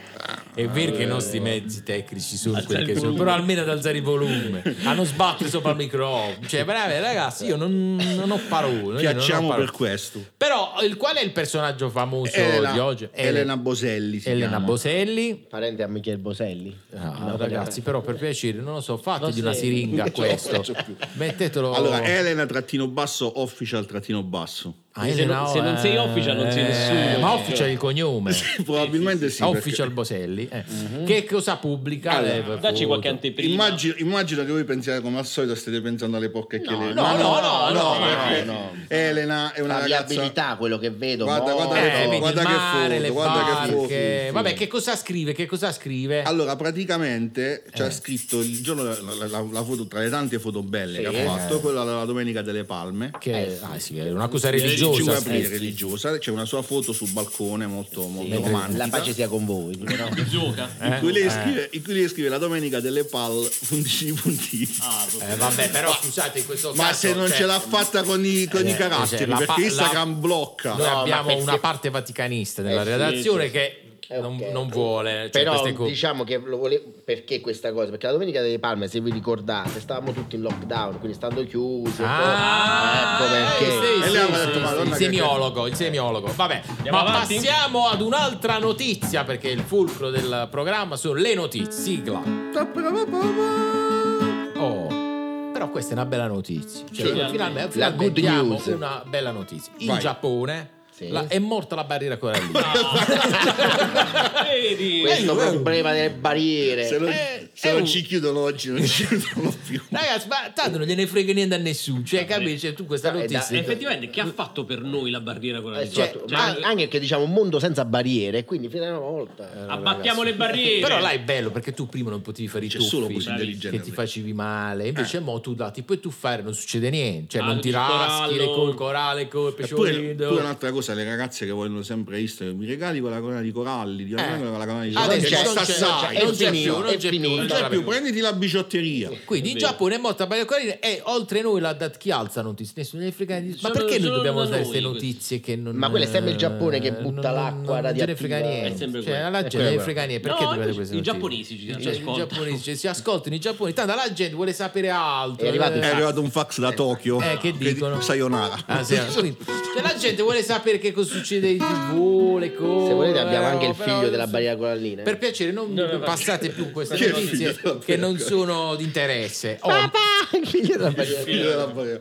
Speaker 1: È vero che i nostri mezzi tecnici sono
Speaker 5: Alza
Speaker 1: quelli
Speaker 5: Eh. il
Speaker 1: che sono,
Speaker 5: volume.
Speaker 1: però almeno ad alzare il volume, a non sbattere sopra il microfono. Cioè, bravi, ragazzi, io non, non ho paura. io non ho
Speaker 3: Piacciamo
Speaker 1: paura.
Speaker 3: per questo.
Speaker 1: Però, il, qual è il personaggio famoso
Speaker 3: Elena,
Speaker 1: di oggi?
Speaker 3: Elena Boselli. si
Speaker 1: Elena
Speaker 3: chiama.
Speaker 1: Boselli.
Speaker 4: Parente a Michele Boselli.
Speaker 1: Ah,
Speaker 4: No,
Speaker 1: ragazzi, però per piacere, non lo so, fate
Speaker 5: Non
Speaker 1: di una
Speaker 5: sei-
Speaker 1: siringa
Speaker 3: Non ce la
Speaker 1: questo.
Speaker 3: faccio più.
Speaker 1: Mettetelo.
Speaker 3: Allora, Elena trattino basso, official trattino basso.
Speaker 1: Ah, eh,
Speaker 5: Se non- se non sei official non sei nessuno.
Speaker 1: Ma official è il cognome.
Speaker 3: Probabilmente sì. perché- Mhm.
Speaker 1: official Boselli. eh. Che cosa pubblica?
Speaker 3: Allora,
Speaker 1: Le
Speaker 5: Dacci
Speaker 1: foto. Eh,
Speaker 5: qualche anteprima.
Speaker 3: Immagino, immagino che voi pensiate come al solito state pensando alle porcacchiere.
Speaker 1: no, no, no, no,
Speaker 3: perché
Speaker 4: no, no.
Speaker 3: Elena è una
Speaker 4: La
Speaker 3: ragazza
Speaker 4: viabilità, quello che vedo.
Speaker 3: Guarda,
Speaker 4: mo-
Speaker 3: guarda
Speaker 1: Eh,
Speaker 3: che foto,
Speaker 1: vedi,
Speaker 3: guarda
Speaker 1: il
Speaker 3: che
Speaker 1: mare,
Speaker 3: foto,
Speaker 1: le
Speaker 3: guarda che
Speaker 1: barche.
Speaker 3: foto. Sì, sì.
Speaker 1: Vabbè, che cosa scrive? Che cosa scrive?
Speaker 3: Allora, praticamente
Speaker 1: Eh.
Speaker 3: c'ha scritto il giorno la, la- la- la foto tra le tante foto belle
Speaker 4: Sì,
Speaker 3: che
Speaker 4: eh.
Speaker 3: ha fatto, quella della Domenica delle Palme.
Speaker 1: che ah, sì, è una cosa
Speaker 3: Il 5
Speaker 1: religiosa.
Speaker 3: aprile,
Speaker 1: eh.
Speaker 3: religiosa, c'è una sua foto sul balcone molto, molto romantica. Eh.
Speaker 4: La pace sia con voi. però.
Speaker 5: Gioca.
Speaker 3: in, cui lei
Speaker 1: eh.
Speaker 3: scrive, in cui lei scrive la domenica delle pal puntini puntini.
Speaker 5: Ah,
Speaker 1: Eh, vabbè, però scusate, in questo
Speaker 3: Ma
Speaker 1: caso,
Speaker 3: se non
Speaker 1: cioè,
Speaker 3: ce l'ha fatta con i, con i
Speaker 1: eh,
Speaker 3: caratteri,
Speaker 1: cioè, la pa-
Speaker 3: perché
Speaker 1: la-
Speaker 3: Instagram blocca.
Speaker 1: Noi
Speaker 4: No, ma
Speaker 1: abbiamo
Speaker 4: perché-
Speaker 1: una parte vaticanista nella
Speaker 4: Eh, sì,
Speaker 1: redazione
Speaker 4: sì.
Speaker 1: che
Speaker 4: Eh,
Speaker 1: non,
Speaker 4: ok.
Speaker 1: non vuole. Cioè,
Speaker 4: Però
Speaker 1: queste co-
Speaker 4: diciamo che lo vole- perché questa cosa? Perché la domenica delle Palme, se vi ricordate, stavamo tutti in lockdown, quindi stando chiusi. e
Speaker 1: Ah,
Speaker 4: poi- ecco perché.
Speaker 1: eh, sì,
Speaker 3: E lei
Speaker 1: sì,
Speaker 3: aveva
Speaker 1: sì,
Speaker 3: detto,
Speaker 1: sì,
Speaker 3: "Madonna,
Speaker 1: il
Speaker 3: che-
Speaker 1: semiologo, il semiologo. Vabbè,
Speaker 5: Andiamo
Speaker 1: ma
Speaker 5: avanti?
Speaker 1: passiamo ad un'altra notizia perché il fulcro del programma sono le notizie. Sigla. Oh, però questa è una bella notizia. Cioè,
Speaker 5: Sì.
Speaker 1: finalmente,
Speaker 4: La
Speaker 1: finalmente
Speaker 4: good
Speaker 1: abbiamo
Speaker 4: news.
Speaker 1: una bella notizia. In
Speaker 3: Vai.
Speaker 1: Giappone
Speaker 4: Sì.
Speaker 1: la- è morta la barriera corallina.
Speaker 5: Vedi?
Speaker 4: Questo
Speaker 1: Eh, eh.
Speaker 4: problema delle barriere.
Speaker 3: Se non,
Speaker 1: Eh,
Speaker 3: se
Speaker 1: è
Speaker 3: non
Speaker 1: un-
Speaker 3: ci chiudono oggi, non ci chiudono più.
Speaker 1: Ragazzi, ma tanto non gliene frega niente a nessuno. Cioè, capisci? Cioè, tu questa
Speaker 4: No, è da-
Speaker 1: notizia.
Speaker 5: Eh, effettivamente, che ha fatto per noi la barriera con la
Speaker 4: Eh,
Speaker 5: Lituania?
Speaker 4: cioè,
Speaker 1: Cioè,
Speaker 4: ma
Speaker 1: cioè-
Speaker 4: anche che diciamo un mondo senza barriere, quindi fino a una
Speaker 5: Eh.
Speaker 4: volta.
Speaker 5: Abbattiamo le barriere.
Speaker 1: Però là è bello perché tu prima non potevi fare i
Speaker 3: C'è
Speaker 1: tuffi
Speaker 3: solo così
Speaker 1: che
Speaker 3: intelligente.
Speaker 1: ti facevi male, invece mo tu là ti puoi tuffare, non succede niente, cioè
Speaker 5: Ah,
Speaker 1: non
Speaker 5: il
Speaker 1: ti raschi
Speaker 5: corallo.
Speaker 1: col corale, col
Speaker 3: Eppure,
Speaker 1: pesciolino.
Speaker 3: pure un'altra cosa, le ragazze che vogliono sempre Instagram, mi regali quella corona di coralli, ti regali quella corona di
Speaker 1: Ah,
Speaker 3: coralli,
Speaker 1: adesso
Speaker 3: che
Speaker 1: non
Speaker 3: costa
Speaker 1: c'è-
Speaker 3: assai.
Speaker 1: non
Speaker 3: Non
Speaker 1: c'è
Speaker 4: finito,
Speaker 1: più, non
Speaker 4: è
Speaker 1: c'è
Speaker 4: finito.
Speaker 1: più, non
Speaker 4: Non
Speaker 1: c'è
Speaker 3: c'è più,
Speaker 1: più.
Speaker 3: prenditi la biciotteria.
Speaker 1: Quindi in
Speaker 5: Vero.
Speaker 1: Giappone è morta Maria Corina e oltre noi la dat chi alza notizie, nessuno ne frega niente. Ma
Speaker 5: Solo-
Speaker 1: perché noi
Speaker 5: solo
Speaker 1: dobbiamo
Speaker 5: da
Speaker 1: dare
Speaker 5: noi
Speaker 1: queste
Speaker 5: questo.
Speaker 1: notizie che non
Speaker 4: Ma quello è sempre il Giappone che
Speaker 1: eh,
Speaker 4: butta l'acqua
Speaker 1: non, non gliene
Speaker 4: radioattiva.
Speaker 1: frega
Speaker 4: È
Speaker 1: niente.
Speaker 5: sempre
Speaker 1: Cioè,
Speaker 5: quello.
Speaker 1: alla
Speaker 4: È
Speaker 1: gente non
Speaker 4: quello.
Speaker 1: ne frega niente, perché
Speaker 5: No,
Speaker 1: dobbiamo dare queste
Speaker 5: invece i
Speaker 1: notizie?
Speaker 5: giapponesi ci- cioè, ci
Speaker 1: Eh, I
Speaker 5: ascoltano.
Speaker 1: giapponesi ci- si ascoltano, i giapponesi, tanto la gente vuole sapere altro.
Speaker 4: È arrivato il
Speaker 3: È arrivato un fax da Tokyo.
Speaker 1: Esatto. Eh, che dicono?
Speaker 3: di- Sayonara.
Speaker 1: Ah, sì, quindi- cioè, la gente vuole sapere che cosa succede in tv, le cose.
Speaker 4: Se volete abbiamo
Speaker 1: però-
Speaker 4: anche il
Speaker 1: però-
Speaker 4: figlio della barriera corallina. eh.
Speaker 1: Per piacere, non
Speaker 5: No, no, no.
Speaker 1: passate più queste
Speaker 3: Chi è il
Speaker 1: notizie
Speaker 3: figlio della
Speaker 1: che non
Speaker 3: barriera?
Speaker 1: sono di interesse. Oh,
Speaker 4: Papà, il figlio della barriera
Speaker 3: Figlio della barriera.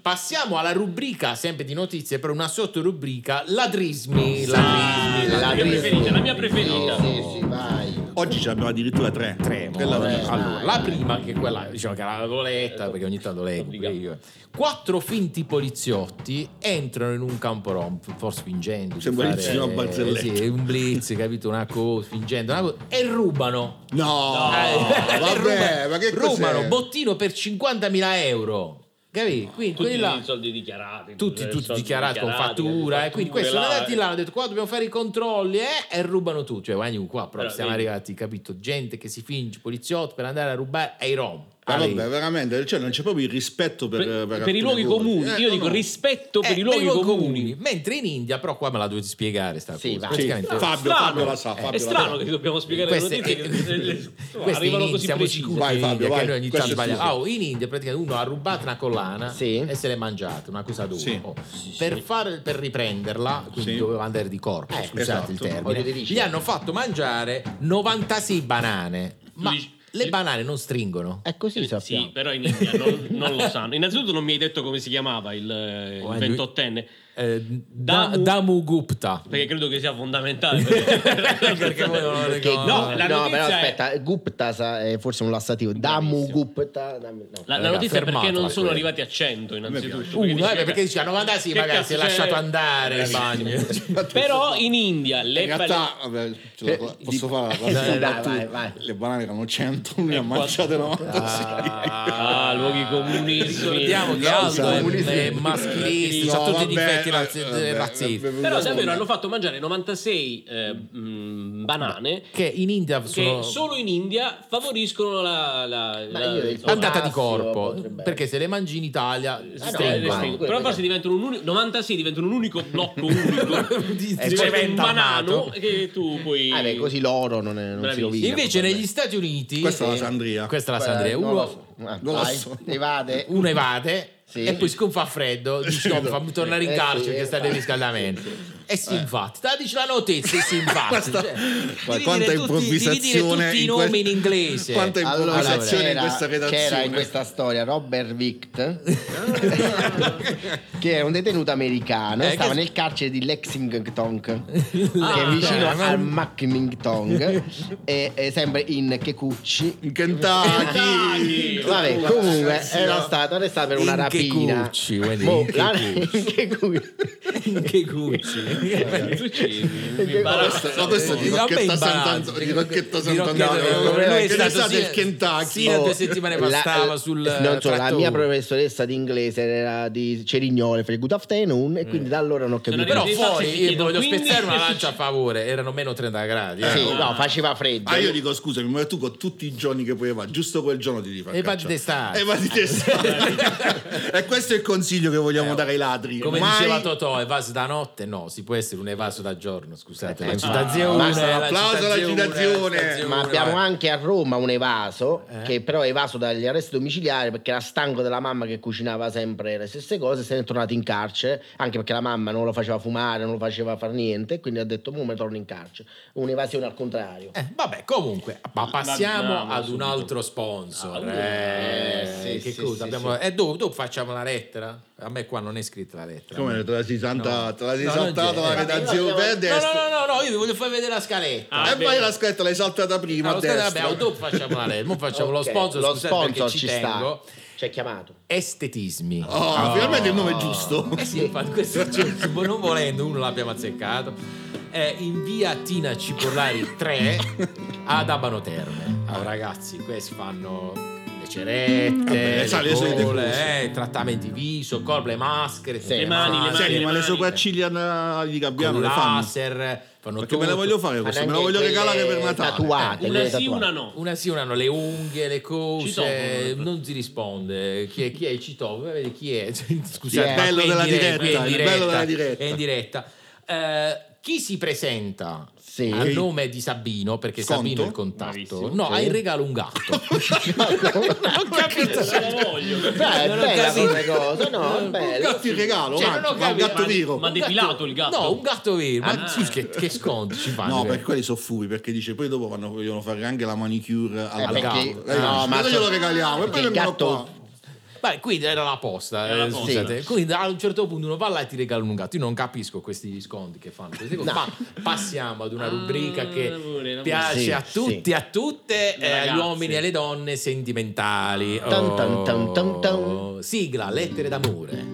Speaker 1: passiamo alla rubrica, sempre di notizie, per una sottorubrica ladrismi. Ladrismi.
Speaker 4: corallina.
Speaker 5: La mia preferita, la mia preferita.
Speaker 4: Sì, sì, vai.
Speaker 3: Oggi ce abbiamo addirittura tre.
Speaker 1: Tre, mo.
Speaker 3: Quella
Speaker 1: Eh,
Speaker 3: è la-
Speaker 1: allora, la prima che è quella, diciamo che l'avevo letta perché ogni tanto leggo. pure io. Quattro finti poliziotti entrano in un campo rom, forse fingendo. di
Speaker 3: Sembra il
Speaker 1: fare-
Speaker 3: signor Barzelletto.
Speaker 1: Sì, un blitz, capito? Una cosa, fingendo una cosa, e rubano.
Speaker 3: No,
Speaker 1: Eh,
Speaker 3: Oh, vabbè,
Speaker 1: rubano-
Speaker 3: ma che cos'è?
Speaker 1: Rubano bottino per 50.000 euro. Capito? Quindi
Speaker 5: Tutti
Speaker 1: quelli là-
Speaker 5: i soldi dichiarati.
Speaker 1: Tutti,
Speaker 5: i
Speaker 1: tutti
Speaker 5: soldi
Speaker 1: dichiarati con fattura, e quindi
Speaker 5: fatture,
Speaker 1: questi sono
Speaker 5: là,
Speaker 1: andati là, hanno detto qua dobbiamo fare i controlli eh, e rubano tutto. Cioè, guagni qua, proprio
Speaker 5: Però,
Speaker 1: siamo
Speaker 5: vedi.
Speaker 1: arrivati, capito? Gente che si finge poliziotto per andare a rubare ai rom.
Speaker 3: Ma
Speaker 1: Ai-
Speaker 3: Eh, Ah, vabbè, veramente, cioè non c'è proprio il rispetto per,
Speaker 5: Per, per
Speaker 3: alcune
Speaker 5: i luoghi
Speaker 3: cose.
Speaker 5: comuni,
Speaker 3: Eh,
Speaker 5: io
Speaker 3: no,
Speaker 5: dico
Speaker 3: no.
Speaker 5: rispetto
Speaker 1: Eh,
Speaker 5: per i luoghi comuni.
Speaker 1: Mentre in India, però qua me la dovete spiegare sta
Speaker 4: Sì,
Speaker 1: cosa.
Speaker 4: va.
Speaker 3: Sì,
Speaker 1: Praticamente-
Speaker 3: Fabio,
Speaker 5: Strano.
Speaker 3: Fabio la sa. Fabio
Speaker 5: È
Speaker 3: la
Speaker 5: strano
Speaker 3: sa.
Speaker 5: che dobbiamo spiegare
Speaker 1: Queste- eh,
Speaker 5: le notizie che le- le- insomma,
Speaker 1: queste in
Speaker 5: arrivano
Speaker 1: India,
Speaker 5: così
Speaker 1: siamo
Speaker 5: precise.
Speaker 1: sicuri
Speaker 3: Vai,
Speaker 1: che in
Speaker 3: Fabio,
Speaker 1: India, che
Speaker 3: vai.
Speaker 1: noi ogni
Speaker 3: Questo
Speaker 1: tanto
Speaker 3: è
Speaker 1: sbagliamo.
Speaker 3: giusto.
Speaker 1: Ah, oh, in India praticamente uno ha rubato una collana
Speaker 4: Sì.
Speaker 1: e se l'è mangiata, una cosa dura.
Speaker 3: Sì.
Speaker 1: Oh, per, fare- per riprenderla, quindi
Speaker 3: Sì.
Speaker 1: doveva andare di corpo,
Speaker 4: Eh,
Speaker 1: scusate il
Speaker 3: esatto.
Speaker 1: termine,
Speaker 4: Olio di ricino.
Speaker 1: gli hanno fatto mangiare 96 banane, ma
Speaker 5: dici- Eh,
Speaker 1: le banane non stringono.
Speaker 4: È così sappiamo.
Speaker 5: Sì, però in India non, non lo sanno. Innanzitutto non mi hai detto come si chiamava il, eh, il
Speaker 1: Oh, eh, lui-
Speaker 5: 28enne,
Speaker 1: Eh, da-
Speaker 5: Damu-
Speaker 1: Damu Gupta.
Speaker 5: perché credo che sia fondamentale. per-
Speaker 1: Mm. Perché voi non lo ricordate.
Speaker 5: No, la
Speaker 4: no,
Speaker 5: notizia
Speaker 4: però
Speaker 5: è-
Speaker 4: aspetta, Gupta sa- è forse un lassativo. Damu Gupta. dammi- no.
Speaker 5: La, la
Speaker 1: Raga,
Speaker 5: notizia è perché
Speaker 1: fermatela
Speaker 5: non sono
Speaker 1: quella.
Speaker 5: arrivati a 100 innanzitutto.
Speaker 1: Uno, eh,
Speaker 5: dice,
Speaker 1: perché
Speaker 5: vabbè,
Speaker 1: dice a 96
Speaker 5: che
Speaker 1: magari
Speaker 5: cazzo
Speaker 1: si è
Speaker 5: c'è? Eh,
Speaker 1: lasciato andare il bagno.
Speaker 5: Però in India le
Speaker 3: In realtà, vabbè, ce la-
Speaker 4: Eh,
Speaker 3: posso
Speaker 4: di-
Speaker 3: fare la
Speaker 4: Dai,
Speaker 3: battuta?
Speaker 4: vai, vai.
Speaker 3: Le banane erano 100, lui ne ha mangiate 96.
Speaker 5: Ah, luoghi comunisti. eh,
Speaker 1: Ricordiamo che
Speaker 3: No,
Speaker 1: Ah. Aldo
Speaker 3: siamo
Speaker 1: è,
Speaker 3: uniti.
Speaker 1: è maschilista,
Speaker 3: No,
Speaker 1: ha tutti i
Speaker 3: vabbè,
Speaker 1: anti
Speaker 7: eh, eh,
Speaker 1: razzisti.
Speaker 7: eh,
Speaker 5: Però davvero hanno fatto mangiare 96 eh, mm, banane
Speaker 1: Che in India
Speaker 5: che
Speaker 1: sono
Speaker 5: solo in India favoriscono la, la-
Speaker 4: Ma
Speaker 5: la-
Speaker 4: io-
Speaker 5: insomma,
Speaker 1: andata di
Speaker 4: Orazio
Speaker 1: corpo.
Speaker 4: potrebbe-
Speaker 1: Perché se le mangi in Italia
Speaker 5: sì,
Speaker 4: no,
Speaker 5: eh,
Speaker 4: eh,
Speaker 1: stringono.
Speaker 5: sì, però forse diventano un unico 96 diventano un unico blocco unico
Speaker 1: Di-
Speaker 5: Diventa un
Speaker 1: Eh, cemento Eh,
Speaker 5: banano
Speaker 1: armato.
Speaker 5: che tu puoi
Speaker 4: Ah, beh, così l'oro non, è, non si
Speaker 5: Bravissimo.
Speaker 4: rovina.
Speaker 1: Invece
Speaker 4: probabilmente.
Speaker 1: negli Stati Uniti
Speaker 3: Questa è la
Speaker 1: eh,
Speaker 3: Sandria.
Speaker 1: Questa è la
Speaker 4: Beh,
Speaker 1: Sandria.
Speaker 4: non
Speaker 1: Uno,
Speaker 4: lo
Speaker 1: eh,
Speaker 4: so. Ah,
Speaker 3: non lo
Speaker 4: vai,
Speaker 3: so.
Speaker 4: Evade.
Speaker 1: uno evade
Speaker 4: Sì.
Speaker 1: e poi sconfa freddo. Dici "Oh, fammi tornare in
Speaker 4: Eh,
Speaker 1: carcere
Speaker 4: sì,
Speaker 1: che sta nel
Speaker 4: infatti.
Speaker 1: riscaldamento. E si infatti, te la dici la notizia e si infatti.
Speaker 3: Questa-
Speaker 1: Cioè,
Speaker 3: Ma
Speaker 1: devi dire
Speaker 3: quanta
Speaker 1: tutti- devi dire
Speaker 3: improvvisazione
Speaker 1: tutti i
Speaker 3: in
Speaker 1: nomi
Speaker 3: que-
Speaker 1: in inglese.
Speaker 3: Quanta
Speaker 4: Allora,
Speaker 3: improvvisazione in
Speaker 4: c'era,
Speaker 3: questa redazione.
Speaker 4: c'era in questa storia Robert Vict, che è un detenuto americano,
Speaker 1: Ah. Eh,
Speaker 4: stava
Speaker 1: che-
Speaker 4: nel carcere di Lexington, che è
Speaker 5: Ah,
Speaker 4: vicino
Speaker 1: eh, ma-
Speaker 4: al Mackmington, e, e sempre in Kekuchi.
Speaker 3: In Kentucky.
Speaker 5: Kentucky!
Speaker 4: Vabbè, comunque era stato arrestato per una
Speaker 1: In
Speaker 4: rapina.
Speaker 1: Kekuchi, quindi
Speaker 4: Mo-
Speaker 1: in
Speaker 4: la-
Speaker 1: Kekuchi.
Speaker 4: in Kekuchi.
Speaker 1: che cucci.
Speaker 5: Succede.
Speaker 3: Questo- Ma questo è di
Speaker 1: Eh, vabbè,
Speaker 3: Rocchetta
Speaker 1: imbarazzo.
Speaker 3: Sant'Antonio. Di Rocchetta
Speaker 1: Di Rocchetta-
Speaker 3: Sant'Antonio.
Speaker 1: Lui è
Speaker 3: Che ne
Speaker 1: stato
Speaker 3: sa
Speaker 1: sia-
Speaker 3: del Kentucky?
Speaker 1: sia-
Speaker 4: Oh, eh,
Speaker 1: due settimane fa stava sul,
Speaker 4: non so, la
Speaker 1: trattore.
Speaker 4: mia professoressa di inglese era di Cerignole, fece good afternoon, e quindi da allora non ho capito.
Speaker 1: Però
Speaker 5: Infatti, ti
Speaker 1: fuori io
Speaker 5: chiedo,
Speaker 1: voglio
Speaker 5: quindi-
Speaker 1: spezzare una lancia a favore, erano meno 30 gradi. eh.
Speaker 4: Sì, no, faceva freddo.
Speaker 3: Ah, io dico scusami, ma tu con tutti i giorni che puoi fare, giusto quel giorno ti devi far
Speaker 1: E vatti
Speaker 3: cacciare.
Speaker 1: d'estate.
Speaker 3: E vatti d'estate. e questo è il consiglio che vogliamo dare ai ladri.
Speaker 1: Come
Speaker 3: Mai-
Speaker 1: diceva Totò, evaso da notte? No, si può essere un evaso da giorno, scusate. La
Speaker 4: Ah,
Speaker 1: citazione,
Speaker 4: basta,
Speaker 1: la
Speaker 3: applauso alla
Speaker 1: citazione,
Speaker 3: citazione.
Speaker 1: la citazione,
Speaker 4: Ma abbiamo
Speaker 1: vai.
Speaker 4: anche a Roma un evaso,
Speaker 1: Eh.
Speaker 4: che però è evaso dagli arresti domiciliari perché era stanco della mamma che cucinava sempre le stesse cose, se ne è tornato in carcere, anche perché la mamma non lo faceva fumare, non lo faceva fare niente, quindi ha detto, mo me torno in carcere. Un'evasione al contrario.
Speaker 1: Eh, vabbè, comunque, ma passiamo
Speaker 5: Andiamo
Speaker 1: ad un
Speaker 5: subito.
Speaker 1: altro sponsor.
Speaker 5: Ah,
Speaker 1: eh,
Speaker 4: eh, sì,
Speaker 1: che
Speaker 4: sì,
Speaker 1: cosa?
Speaker 4: sì,
Speaker 1: abbiamo... eh, dopo, dopo facciamo la lettera? A me qua non è scritta la lettera.
Speaker 3: Come te la sei santa- te la sei
Speaker 1: No, non
Speaker 3: saltata
Speaker 1: c'è.
Speaker 3: la
Speaker 1: Vabbè,
Speaker 3: redazione
Speaker 4: io la devo-
Speaker 3: per
Speaker 1: No,
Speaker 3: destra.
Speaker 1: no, no, no, no, io vi voglio far vedere la scaletta.
Speaker 5: Ah,
Speaker 3: e
Speaker 5: beh.
Speaker 3: poi la scaletta l'hai saltata prima
Speaker 1: Allora,
Speaker 3: a
Speaker 1: scusate,
Speaker 3: destra.
Speaker 1: abbiamo- dopo facciamo la lettera. Mo facciamo lo
Speaker 4: Ok,
Speaker 1: sponsor,
Speaker 4: lo
Speaker 1: scusate perché
Speaker 4: sponsor
Speaker 1: ci,
Speaker 4: ci sta.
Speaker 1: tengo.
Speaker 4: Ci ha chiamato.
Speaker 1: Estetismi.
Speaker 3: Oh, finalmente il nome è giusto.
Speaker 1: Eh sì, infatti, questo cioè, non volendo, uno l'abbiamo azzeccato. È in via Tina Cipollari 3 ad Abano Terme. Ah, ragazzi, questi fanno le
Speaker 3: Vabbè,
Speaker 1: cerette,
Speaker 3: sa,
Speaker 1: le
Speaker 3: le solite
Speaker 1: gole, eh, trattamenti viso, corpo, le maschere, tutte
Speaker 5: le mani, le
Speaker 3: Senti, ma
Speaker 5: mani, le
Speaker 3: le
Speaker 5: mani.
Speaker 3: sopracciglia na- di
Speaker 1: con
Speaker 3: gabbiano le fanno.
Speaker 1: laser, fanno
Speaker 3: Perché
Speaker 1: tutto.
Speaker 3: me la voglio fare
Speaker 4: Ma
Speaker 3: questa, me la
Speaker 4: neanche
Speaker 3: voglio
Speaker 4: quelle
Speaker 3: regalare per Natale.
Speaker 4: Tatuate,
Speaker 5: Una
Speaker 4: quelle
Speaker 5: sì,
Speaker 4: tatuate.
Speaker 5: una no.
Speaker 1: Una sì, una no, le unghie, le cose,
Speaker 5: Citofono.
Speaker 1: non si risponde. Chi è, chi è il citofono? Vedi Chi è? Scusate,
Speaker 4: Chi è?
Speaker 1: ma
Speaker 3: Bello
Speaker 1: qui è in
Speaker 3: della
Speaker 1: diretta, qui è in
Speaker 3: diretta, il bello della diretta.
Speaker 1: È in diretta. Eh, chi si presenta
Speaker 4: Sì.
Speaker 1: al nome di Sabino, perché
Speaker 3: Conto?
Speaker 1: Sabino è il contatto,
Speaker 5: Bravissimo.
Speaker 1: no,
Speaker 4: Sì.
Speaker 1: ha in regalo un gatto.
Speaker 4: non
Speaker 5: Non la voglio.
Speaker 4: Beh, è
Speaker 1: Non ho
Speaker 4: bella
Speaker 1: capito.
Speaker 4: come cosa, no, è bello.
Speaker 3: Gatto in regalo,
Speaker 1: Cioè,
Speaker 3: ma-
Speaker 1: non ho
Speaker 3: ma un
Speaker 1: capito,
Speaker 3: gatto
Speaker 1: ma-
Speaker 3: vivo.
Speaker 5: ma-
Speaker 1: Un
Speaker 5: depilato il gatto?
Speaker 1: No, un gatto vero. Ma
Speaker 5: Ah.
Speaker 1: sì, che, che sconti ci fanno?
Speaker 3: No, per quelli sono fumi perché dice poi dopo vanno, vogliono fare anche la manicure al
Speaker 4: Eh, perché-
Speaker 3: gatto.
Speaker 4: no,
Speaker 3: Eh, dice,
Speaker 4: ma
Speaker 3: noi
Speaker 4: so-
Speaker 3: glielo regaliamo e
Speaker 4: perché
Speaker 3: poi
Speaker 4: il
Speaker 3: vengono
Speaker 4: gatto-
Speaker 3: qua.
Speaker 1: Beh, quindi era la posta,
Speaker 5: Era la
Speaker 1: eh,
Speaker 5: posta.
Speaker 1: scusate. Quindi a un certo punto uno va là e ti regala un gatto. Io non capisco questi sconti che fanno queste cose, ma passiamo ad una
Speaker 5: Ah,
Speaker 1: rubrica che
Speaker 5: amore,
Speaker 1: piace
Speaker 4: amore.
Speaker 1: a
Speaker 4: Sì,
Speaker 1: tutti, a tutte, eh, agli
Speaker 5: Ragazzi.
Speaker 1: uomini e alle donne sentimentali.
Speaker 4: Ah.
Speaker 1: Oh,
Speaker 4: Tan, tan, tan, tan, tan.
Speaker 1: Sigla, lettere d'amore.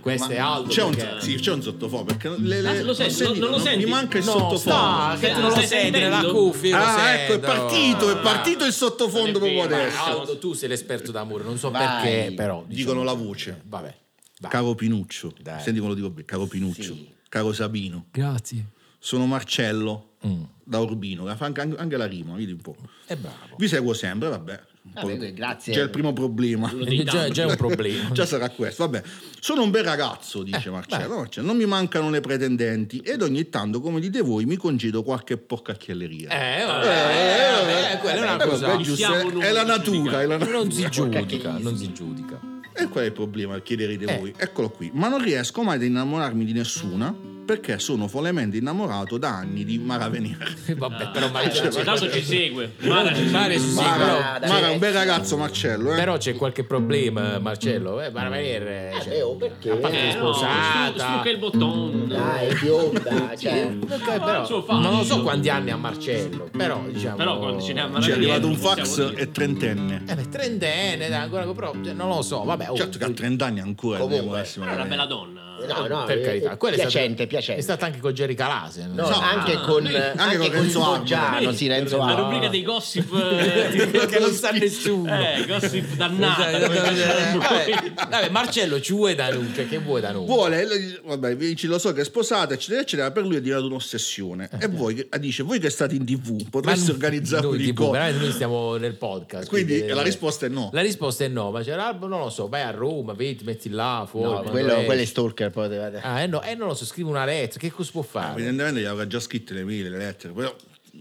Speaker 1: Questo
Speaker 3: Eh, Ma
Speaker 1: è altro.
Speaker 3: C'è un,
Speaker 1: perché-
Speaker 3: sì, c'è un sottofondo perché le- le-
Speaker 5: Ah, lo senti,
Speaker 3: sentite,
Speaker 5: non lo senti?
Speaker 3: Mi manca il
Speaker 1: No,
Speaker 3: sottofondo.
Speaker 1: sta, che
Speaker 5: Stai-
Speaker 1: tu non lo
Speaker 5: stai
Speaker 1: senti nella
Speaker 5: sentendo?
Speaker 1: cuffia. io lo
Speaker 3: Ah, ecco, è
Speaker 1: sento.
Speaker 3: partito, è
Speaker 1: Ah.
Speaker 3: partito il
Speaker 5: Non è
Speaker 3: sottofondo proprio
Speaker 5: vero.
Speaker 3: adesso.
Speaker 1: Aldo, tu sei l'esperto d'amore, non so
Speaker 4: Vai.
Speaker 1: perché, però. diciamo-
Speaker 3: Dicono la voce.
Speaker 1: Vabbè. vai.
Speaker 3: Caro Pinuccio,
Speaker 1: Dai.
Speaker 3: senti quello dico bene, caro Pinuccio, caro Sabino.
Speaker 1: Grazie.
Speaker 3: Sono Marcello
Speaker 1: Mm.
Speaker 3: da Urbino, fa anche, anche la rima, vedi un po'.
Speaker 1: E bravo.
Speaker 3: Vi seguo sempre, vabbè.
Speaker 4: Vabbè, grazie.
Speaker 3: C'è il primo problema.
Speaker 5: dei
Speaker 1: Già,
Speaker 5: tanti.
Speaker 1: Cioè, già è un problema.
Speaker 3: Già sarà questo, vabbè. Sono un bel ragazzo,
Speaker 1: Eh,
Speaker 3: dice Marcello. Marcello, Non mi mancano le pretendenti ed ogni tanto, come dite voi, mi congedo qualche porcacchielleria.
Speaker 1: Eh, vabbè, eh, vabbè, eh, quella è una
Speaker 3: Eh,
Speaker 1: cosa.
Speaker 3: vabbè, giusto,
Speaker 5: Siamo noi
Speaker 3: è, è la
Speaker 5: a
Speaker 3: natura,
Speaker 5: giudicare.
Speaker 3: è la natura.
Speaker 1: Non si giudica, non si giudica.
Speaker 3: E qual è il problema? Chiederete
Speaker 1: Eh.
Speaker 3: voi. Eccolo qui. Ma non riesco mai ad innamorarmi di nessuna perché sono follemente innamorato da anni di Mara Venier.
Speaker 1: Eh, Vabbè, però Mara
Speaker 5: Cioè,
Speaker 1: c'è,
Speaker 5: Tanto ci segue. Mara ci segue.
Speaker 1: Mara ci segue,
Speaker 3: Mara,
Speaker 1: però,
Speaker 4: Mara, dai,
Speaker 3: Mara è
Speaker 4: eh.
Speaker 3: un bel ragazzo, Marcello. Eh?
Speaker 1: però c'è qualche problema, Marcello. Eh, Mara Manier,
Speaker 4: Eh,
Speaker 1: cioè,
Speaker 4: beh, oh, perché?
Speaker 1: a parte che è
Speaker 5: Eh, no, stru-
Speaker 1: sposata.
Speaker 5: strucca il bottone.
Speaker 4: Dai, è bionda, cioè...
Speaker 1: Eh, però,
Speaker 5: Ah, suo fatto.
Speaker 1: non lo so quanti anni ha Marcello, però diciamo.
Speaker 5: Però quando ce ne ha Mara
Speaker 3: Ci è
Speaker 5: Venier,
Speaker 3: arrivato un
Speaker 5: possiamo
Speaker 3: fax
Speaker 5: dire.
Speaker 3: e trentenne.
Speaker 1: Eh, beh, trentenne, dai, ancora, però cioè, non lo so. Vabbè, oh,
Speaker 3: Certo che a 30 anni ancora
Speaker 4: Comunque,
Speaker 3: devo essere
Speaker 5: Però è
Speaker 3: Mara
Speaker 5: una bella
Speaker 3: Venier.
Speaker 5: donna.
Speaker 4: No, no,
Speaker 1: per
Speaker 4: eh,
Speaker 1: carità. Quella è
Speaker 4: piacente,
Speaker 1: stata,
Speaker 4: piacente.
Speaker 1: È stata anche con Jerry Calase. non
Speaker 4: No,
Speaker 1: so.
Speaker 4: anche con
Speaker 5: lui-
Speaker 4: anche,
Speaker 3: anche con
Speaker 4: con
Speaker 3: Renzo Abbo.
Speaker 4: Foggiano, sì, Renzo
Speaker 5: eh, La
Speaker 4: Abbo.
Speaker 5: rubrica dei gossip eh,
Speaker 1: che non sa nessuno. Esatto.
Speaker 5: eh, gossip dannata. come facciamo noi.
Speaker 1: Vabbè, vabbè, Marcello, ci vuoi da noi? Cioè, che vuoi da noi?
Speaker 3: Vuole, l- vabbè, dici, lo so che è sposata, eccetera, eccetera, per lui è diventata un'ossessione. E voi, che- ah, dice, voi che state in tv,
Speaker 1: Ma
Speaker 3: potreste
Speaker 1: noi-
Speaker 3: organizzare
Speaker 1: noi,
Speaker 3: un
Speaker 1: tipo,
Speaker 3: incontro.
Speaker 1: veramente noi stiamo nel podcast.
Speaker 3: Quindi, la
Speaker 1: eh,
Speaker 3: risposta è no.
Speaker 1: La risposta è no, ma c'è l'albo, non lo so, vai a Roma, vedi, metti là fuori.
Speaker 4: No,
Speaker 1: quando
Speaker 4: quello,
Speaker 1: esci.
Speaker 4: quello è stalker poi. guarda.
Speaker 1: Ah, eh no, eh, non lo so, scrive una lettera, che cosa può
Speaker 3: Eh,
Speaker 1: fare?
Speaker 3: Evidentemente gli avrà già scritte le mille le lettere, però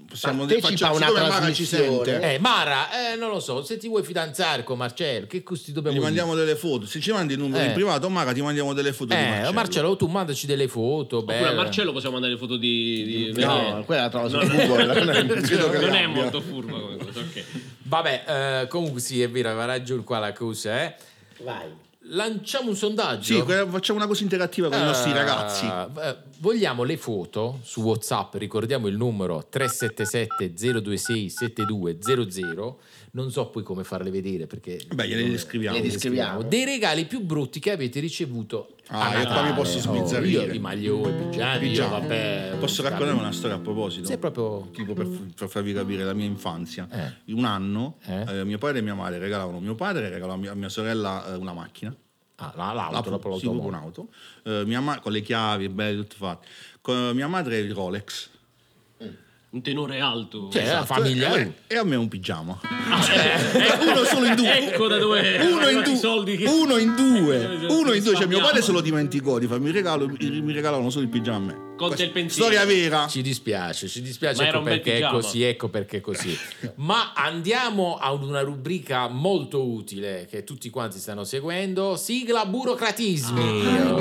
Speaker 3: possiamo dire
Speaker 4: Partecipa a una
Speaker 3: siccome Mara ci
Speaker 4: trasmissione.
Speaker 3: sente.
Speaker 1: Eh, Mara, eh, non lo so, se ti vuoi fidanzare con Marcello, che cosa ti dobbiamo
Speaker 3: eh, Gli
Speaker 1: dire?
Speaker 3: mandiamo delle foto. Se ci mandi il numero
Speaker 1: Eh.
Speaker 3: in privato, Mara, ti mandiamo delle foto di
Speaker 1: Eh,
Speaker 3: Marcello.
Speaker 1: Marcello. tu mandaci delle foto,
Speaker 5: Oppure a
Speaker 1: belle.
Speaker 5: Marcello possiamo mandare le foto di... di- di-
Speaker 4: No, quella la trovo su
Speaker 5: eh. No, no.
Speaker 4: Google.
Speaker 3: Credo che
Speaker 5: non è
Speaker 3: l'abbia.
Speaker 5: molto furba come cosa, ok.
Speaker 1: Vabbè, eh, comunque sì, è vero, aveva ragione qua la cosa, eh.
Speaker 4: Vai.
Speaker 1: Lanciamo un sondaggio.
Speaker 3: Sì, que- facciamo una cosa interattiva con i nostri
Speaker 1: Ah,
Speaker 3: ragazzi.
Speaker 1: eh, vogliamo le foto su WhatsApp, ricordiamo il numero 377-026-7200. Non so poi come farle vedere perché...
Speaker 3: Beh, gliele descriviamo.
Speaker 4: Le descri- scriviamo.
Speaker 1: Dei regali più brutti che avete ricevuto. a
Speaker 3: Ah, io qua
Speaker 1: Natale.
Speaker 3: mi posso
Speaker 1: Oh,
Speaker 3: smizzarrire.
Speaker 1: io i maglioni, i pigiami, io,
Speaker 3: Pigiama.
Speaker 1: vabbè.
Speaker 3: Posso raccontare una storia a proposito?
Speaker 1: Sei proprio...
Speaker 3: Tipo per, per farvi capire la mia infanzia,
Speaker 1: Mm. Eh.
Speaker 3: un anno
Speaker 1: Eh.
Speaker 3: eh, mio padre e mia madre regalavano mio padre regalò a mia, a mia sorella eh, una macchina,
Speaker 1: Ah, la-
Speaker 3: la,
Speaker 1: l'auto,
Speaker 3: sì, proprio
Speaker 1: l'automobile.
Speaker 3: un'auto, Eh, mia ma- con le chiavi, bello, tutto fatto. Con mia madre il Rolex,
Speaker 5: Un tenore alto.
Speaker 1: Cioè, la famiglia...
Speaker 3: Eh, e a me un pigiama.
Speaker 5: Eh,
Speaker 3: cioè, uno solo in due.
Speaker 5: Ecco da dove
Speaker 3: uno in,
Speaker 5: i
Speaker 3: due,
Speaker 5: soldi che-
Speaker 3: uno in due,
Speaker 5: Eh,
Speaker 3: uno in due. Cioè, mio
Speaker 5: spammiamo.
Speaker 3: padre se lo dimenticò di farmi il regalo, mi mi regalavano solo il pigiama a me.
Speaker 5: Conta
Speaker 3: Questa-
Speaker 5: il pensiero.
Speaker 3: Storia vera.
Speaker 1: Ci dispiace, ci dispiace,
Speaker 5: Ma era
Speaker 1: ecco
Speaker 5: un bel
Speaker 1: perché è
Speaker 5: pigiama.
Speaker 1: così, ecco perché è così. Ma andiamo a una rubrica molto utile che tutti quanti stanno seguendo, sigla burocratismi.
Speaker 5: Ah.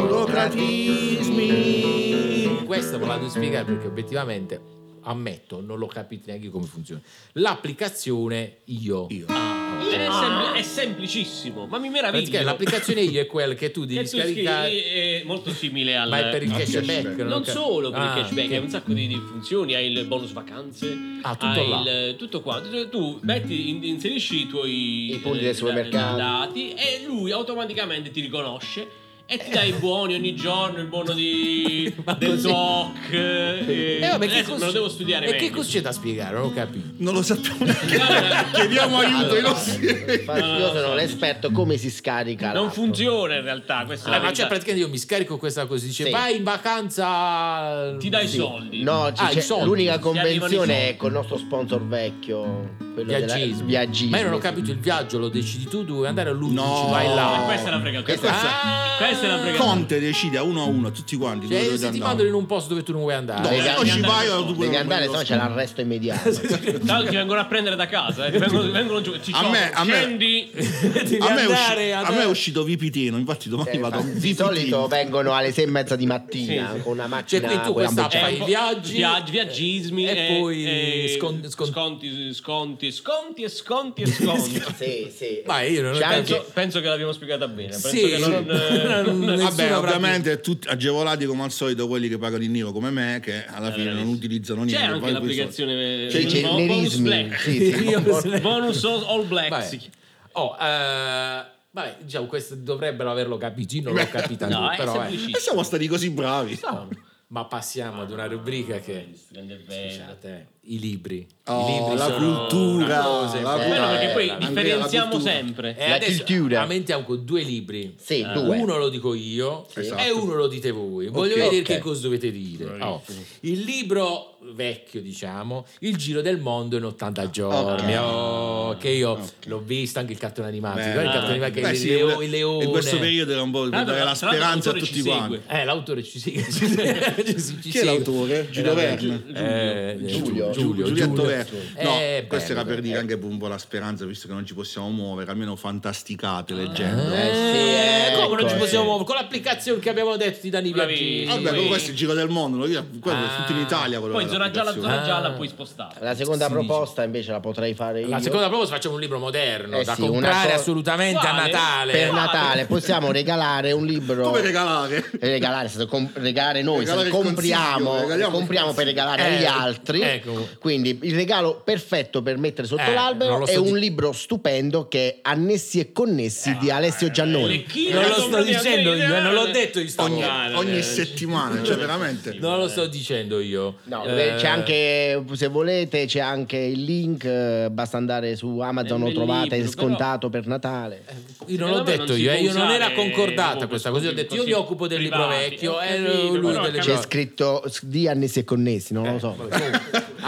Speaker 3: Burocratismi.
Speaker 1: Questo ve la devo spiegare perché obiettivamente, ammetto, non lo capite neanche io come funziona. L'applicazione Io.
Speaker 3: Io.
Speaker 5: È, sempl- è semplicissimo, ma mi meraviglio.
Speaker 1: Praticamente l'applicazione Io è quella che tu
Speaker 5: Che
Speaker 1: devi
Speaker 5: tu scrivi
Speaker 1: scaricare,
Speaker 5: è molto simile al...
Speaker 1: ma è per il
Speaker 3: Al
Speaker 1: cashback.
Speaker 3: cashback.
Speaker 1: ho
Speaker 5: Non
Speaker 1: cap-
Speaker 5: solo per
Speaker 1: Ah,
Speaker 5: il cashback,
Speaker 1: che-
Speaker 5: hai un sacco di, di funzioni, hai il bonus vacanze,
Speaker 1: Ah, tutto
Speaker 5: hai
Speaker 1: là.
Speaker 5: il tutto qua. Tu- Tu metti, in- inserisci i tuoi
Speaker 4: I punti del
Speaker 5: eh,
Speaker 4: supermercato.
Speaker 5: dati e lui automaticamente ti riconosce e ti dà i buoni ogni giorno, il buono di
Speaker 1: Eh. Ma
Speaker 5: del
Speaker 1: così?
Speaker 5: doc. E,
Speaker 1: Eh, vabbè, che
Speaker 5: adesso me lo
Speaker 1: cos-
Speaker 5: devo studiare
Speaker 1: E
Speaker 5: meglio.
Speaker 1: che cosa c'è da spiegare? Non ho capito.
Speaker 3: Non lo sappiamo neanche.
Speaker 5: Guarda,
Speaker 3: Chiediamo aiuto ai
Speaker 4: Allora,
Speaker 3: nostri.
Speaker 4: infatti
Speaker 5: No, no,
Speaker 4: io
Speaker 5: no,
Speaker 4: sono
Speaker 5: no.
Speaker 4: l'esperto come si scarica.
Speaker 5: Non
Speaker 4: l'app.
Speaker 5: funziona in realtà questa è la
Speaker 1: Ah, ma
Speaker 5: verità.
Speaker 1: cioè praticamente io mi scarico questa cosa, dice
Speaker 4: Sì.
Speaker 1: vai in vacanza...
Speaker 5: ti dà i
Speaker 1: Sì.
Speaker 5: soldi.
Speaker 4: No,
Speaker 1: Ah,
Speaker 4: c'è-
Speaker 1: i soldi.
Speaker 4: l'unica
Speaker 5: Ti arrivano i
Speaker 4: convenzione
Speaker 5: soldi.
Speaker 4: è col nostro sponsor vecchio, quello della-
Speaker 1: Viaggismo.
Speaker 4: Viaggismo,
Speaker 1: Ma io non ho
Speaker 4: sì.
Speaker 1: capito il viaggio, lo decidi tu, dove andare all'11,
Speaker 3: No.
Speaker 1: vai
Speaker 5: E
Speaker 1: là.
Speaker 5: questa è la fregatura.
Speaker 3: Questa-
Speaker 1: Ah!
Speaker 5: questa è la fregatura.
Speaker 3: Conte decide a uno a uno, a tutti quanti.
Speaker 1: Cioè,
Speaker 3: dove dovete
Speaker 1: se ti
Speaker 3: andare.
Speaker 1: mandano in un posto dove tu non vuoi
Speaker 3: No,
Speaker 1: andare.
Speaker 4: Devi
Speaker 3: o ci
Speaker 5: andare
Speaker 3: vai o
Speaker 5: sotto.
Speaker 3: tu quello
Speaker 4: Devi
Speaker 3: non
Speaker 4: andare,
Speaker 3: me
Speaker 4: sennò
Speaker 3: lo
Speaker 4: c'è l'arresto immediato.
Speaker 5: Tanto ti vengono a prendere da casa, eh. ti vengono, vengono giù. Ci
Speaker 3: A
Speaker 5: sono,
Speaker 3: me- a me-
Speaker 5: scendi.
Speaker 1: Eh, Devi
Speaker 3: a me, è usci-
Speaker 1: andare,
Speaker 3: a me è uscito Vipitino, infatti domani
Speaker 4: Eh,
Speaker 3: vado a
Speaker 4: ma di
Speaker 3: Vipitino.
Speaker 4: solito vengono alle sei e mezza di mattina
Speaker 5: Sì, sì.
Speaker 4: con una
Speaker 1: Cioè,
Speaker 4: macchina
Speaker 1: quindi tu
Speaker 4: con la
Speaker 1: questa
Speaker 4: boccia-
Speaker 1: fai i
Speaker 5: Eh,
Speaker 1: viaggi,
Speaker 5: viaggi, viaggismi eh,
Speaker 1: e poi scon- scon-
Speaker 5: sconti, sconti, sconti e sconti e sconti.
Speaker 4: Sì, sì.
Speaker 1: Ma io non
Speaker 4: C'è
Speaker 1: ho
Speaker 4: anche-
Speaker 5: penso, penso che l'abbiamo spiegata bene. Penso
Speaker 1: Sì,
Speaker 5: che
Speaker 1: sì.
Speaker 5: non, eh,
Speaker 1: Non-
Speaker 5: non-
Speaker 1: nessuno
Speaker 3: Vabbè,
Speaker 1: avrà
Speaker 3: ovviamente tutti agevolati come al solito quelli che pagano in nero come me, che alla fine non
Speaker 5: bravissimo.
Speaker 3: utilizzano niente.
Speaker 5: eh, C'è anche
Speaker 3: poi quei soldi.
Speaker 5: l'applicazione eh,
Speaker 4: Sì, Cioè, c'è il
Speaker 5: bonus
Speaker 4: nerismi.
Speaker 5: black.
Speaker 4: Sì, sì.
Speaker 1: Io-
Speaker 5: Bonus all black.
Speaker 1: Vabbè.
Speaker 5: sì.
Speaker 1: Oh, eh, vabbè, diciamo, questo dovrebbero averlo capito, io non l'ho capita
Speaker 5: No,
Speaker 1: tu,
Speaker 5: è
Speaker 1: però... eh.
Speaker 3: E
Speaker 5: semplicissimo.
Speaker 3: siamo stati così bravi.
Speaker 1: No, Ma passiamo ad una rubrica che...
Speaker 5: Grande bello.
Speaker 1: Scusate, eh, i libri.
Speaker 3: Oh,
Speaker 1: I libri
Speaker 3: la
Speaker 1: sono
Speaker 3: cultura,
Speaker 1: una cosa bella.
Speaker 3: la
Speaker 5: Bello
Speaker 4: cultura.
Speaker 5: perché poi
Speaker 4: Eh,
Speaker 3: Andrea, la
Speaker 5: differenziamo
Speaker 3: cultura.
Speaker 5: sempre.
Speaker 1: E
Speaker 4: La
Speaker 1: Eh, adesso
Speaker 4: cultura.
Speaker 1: Aumentiamo con due libri. Eh,
Speaker 4: Sì,
Speaker 5: Ah.
Speaker 4: due.
Speaker 1: Uno lo dico io e
Speaker 3: Esatto.
Speaker 1: uno lo dite voi. Voglio
Speaker 4: Ok.
Speaker 1: vedere che
Speaker 4: Ok.
Speaker 1: cosa dovete dire. Oh, Il libro vecchio, diciamo, Il giro del mondo in 80 giorni.
Speaker 3: Ok.
Speaker 1: oh, che io l'ho visto anche il cartone animato.
Speaker 3: Beh,
Speaker 1: guarda il cartone
Speaker 5: ah,
Speaker 1: animato che
Speaker 3: Eh, Beh,
Speaker 1: il,
Speaker 3: sì,
Speaker 1: leo-
Speaker 3: una-
Speaker 1: il leone.
Speaker 3: In questo periodo era un po' per
Speaker 5: Tra l'altro-
Speaker 3: dare la
Speaker 5: tra
Speaker 3: speranza
Speaker 5: l'altro
Speaker 3: a
Speaker 5: l'autore
Speaker 3: tutti
Speaker 5: ci
Speaker 3: quanti.
Speaker 5: segue.
Speaker 1: Eh, l'autore ci segue. ci- ci- ci
Speaker 3: Chi è
Speaker 1: segue.
Speaker 3: l'autore? Giulio Verne?
Speaker 1: Eh,
Speaker 4: Giulio.
Speaker 1: Giulio.
Speaker 3: Giulietto
Speaker 1: Giulio.
Speaker 3: Verne. No,
Speaker 1: Eh,
Speaker 3: questo
Speaker 1: bello,
Speaker 3: era per
Speaker 1: bello.
Speaker 3: dire anche un po' la speranza, visto che non ci possiamo muovere, almeno fantasticate leggendo.
Speaker 4: Eh, sì,
Speaker 1: Ah. Eh,
Speaker 4: ecco,
Speaker 1: come non ci
Speaker 4: eh.
Speaker 1: possiamo muovere? Con l'applicazione che abbiamo detto ti danno i
Speaker 5: Bravissimo.
Speaker 1: viaggi.
Speaker 3: Vabbè,
Speaker 5: Sì.
Speaker 3: con questo è il giro del mondo, lo via- quello
Speaker 1: Ah.
Speaker 3: è tutto in Italia quello
Speaker 5: Poi
Speaker 3: era
Speaker 5: zona gialla,
Speaker 3: l'applicazione.
Speaker 5: zona gialla
Speaker 1: Ah.
Speaker 5: puoi spostare.
Speaker 4: La seconda
Speaker 1: Si dice.
Speaker 4: proposta invece la potrei fare io.
Speaker 1: La seconda proposta facciamo un libro moderno
Speaker 4: Eh
Speaker 1: da
Speaker 4: sì, una
Speaker 1: comprare
Speaker 4: cosa-
Speaker 1: assolutamente a
Speaker 5: Quale?
Speaker 1: Natale.
Speaker 4: per
Speaker 5: Vale.
Speaker 4: Natale possiamo regalare un libro.
Speaker 3: Come regalare?
Speaker 4: Eh, regalare, se lo com- regalare noi, se lo
Speaker 3: Regalare il
Speaker 4: compriamo,
Speaker 3: consiglio, regaliamo il
Speaker 4: compriamo per
Speaker 3: consiglio.
Speaker 4: regalare agli
Speaker 1: Eh,
Speaker 4: altri.
Speaker 1: ecco.
Speaker 4: Quindi il regalo perfetto per mettere sotto
Speaker 1: Eh, non
Speaker 4: l'albero
Speaker 1: lo
Speaker 4: è
Speaker 1: sto
Speaker 4: un
Speaker 1: di- Eh,
Speaker 4: libro stupendo che è Annessi e connessi di Alessio Giannoni.
Speaker 5: Le chi
Speaker 1: Non
Speaker 5: non
Speaker 1: lo sto
Speaker 5: comprati
Speaker 1: dicendo
Speaker 5: eh,
Speaker 1: io, non l'ho detto io sto
Speaker 3: ogni,
Speaker 5: Dai,
Speaker 3: ogni
Speaker 5: dai,
Speaker 3: settimana,
Speaker 5: sì.
Speaker 3: cioè veramente.
Speaker 1: Non lo sto dicendo io.
Speaker 4: No,
Speaker 1: Eh,
Speaker 4: c'è anche, se volete, c'è anche il link, eh, basta andare su Amazon,
Speaker 5: È
Speaker 4: lo
Speaker 5: nel
Speaker 4: trovate
Speaker 5: libro,
Speaker 4: scontato per Natale.
Speaker 1: Io non l'ho
Speaker 5: Secondo me
Speaker 1: detto
Speaker 5: non si
Speaker 1: io,
Speaker 5: può
Speaker 1: eh, io non
Speaker 5: usare
Speaker 1: era concordata
Speaker 5: proprio
Speaker 1: questa
Speaker 5: così,
Speaker 1: cosa. Io ho detto io
Speaker 5: così
Speaker 1: mi occupo del libro
Speaker 5: privati.
Speaker 1: vecchio
Speaker 5: Ho
Speaker 1: e
Speaker 5: capito,
Speaker 1: lui
Speaker 5: però
Speaker 1: delle
Speaker 5: ho
Speaker 4: C'è
Speaker 5: Allora.
Speaker 1: cose.
Speaker 4: scritto s- di annessi e connessi, non
Speaker 1: Eh,
Speaker 4: lo so.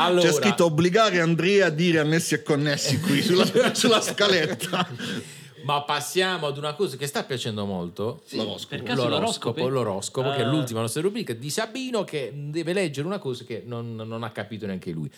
Speaker 1: Allora,
Speaker 3: C'è scritto obbligare Andrea a dire annessi e connessi qui sulla, sulla scaletta.
Speaker 1: ma passiamo ad una cosa che sta piacendo molto.
Speaker 3: L'oroscopo.
Speaker 5: Per caso l'oroscopo?
Speaker 1: l'oroscopo, che è
Speaker 5: Ah.
Speaker 1: l'ultima nostra rubrica di Sabino che deve leggere una cosa che non, non ha capito neanche lui.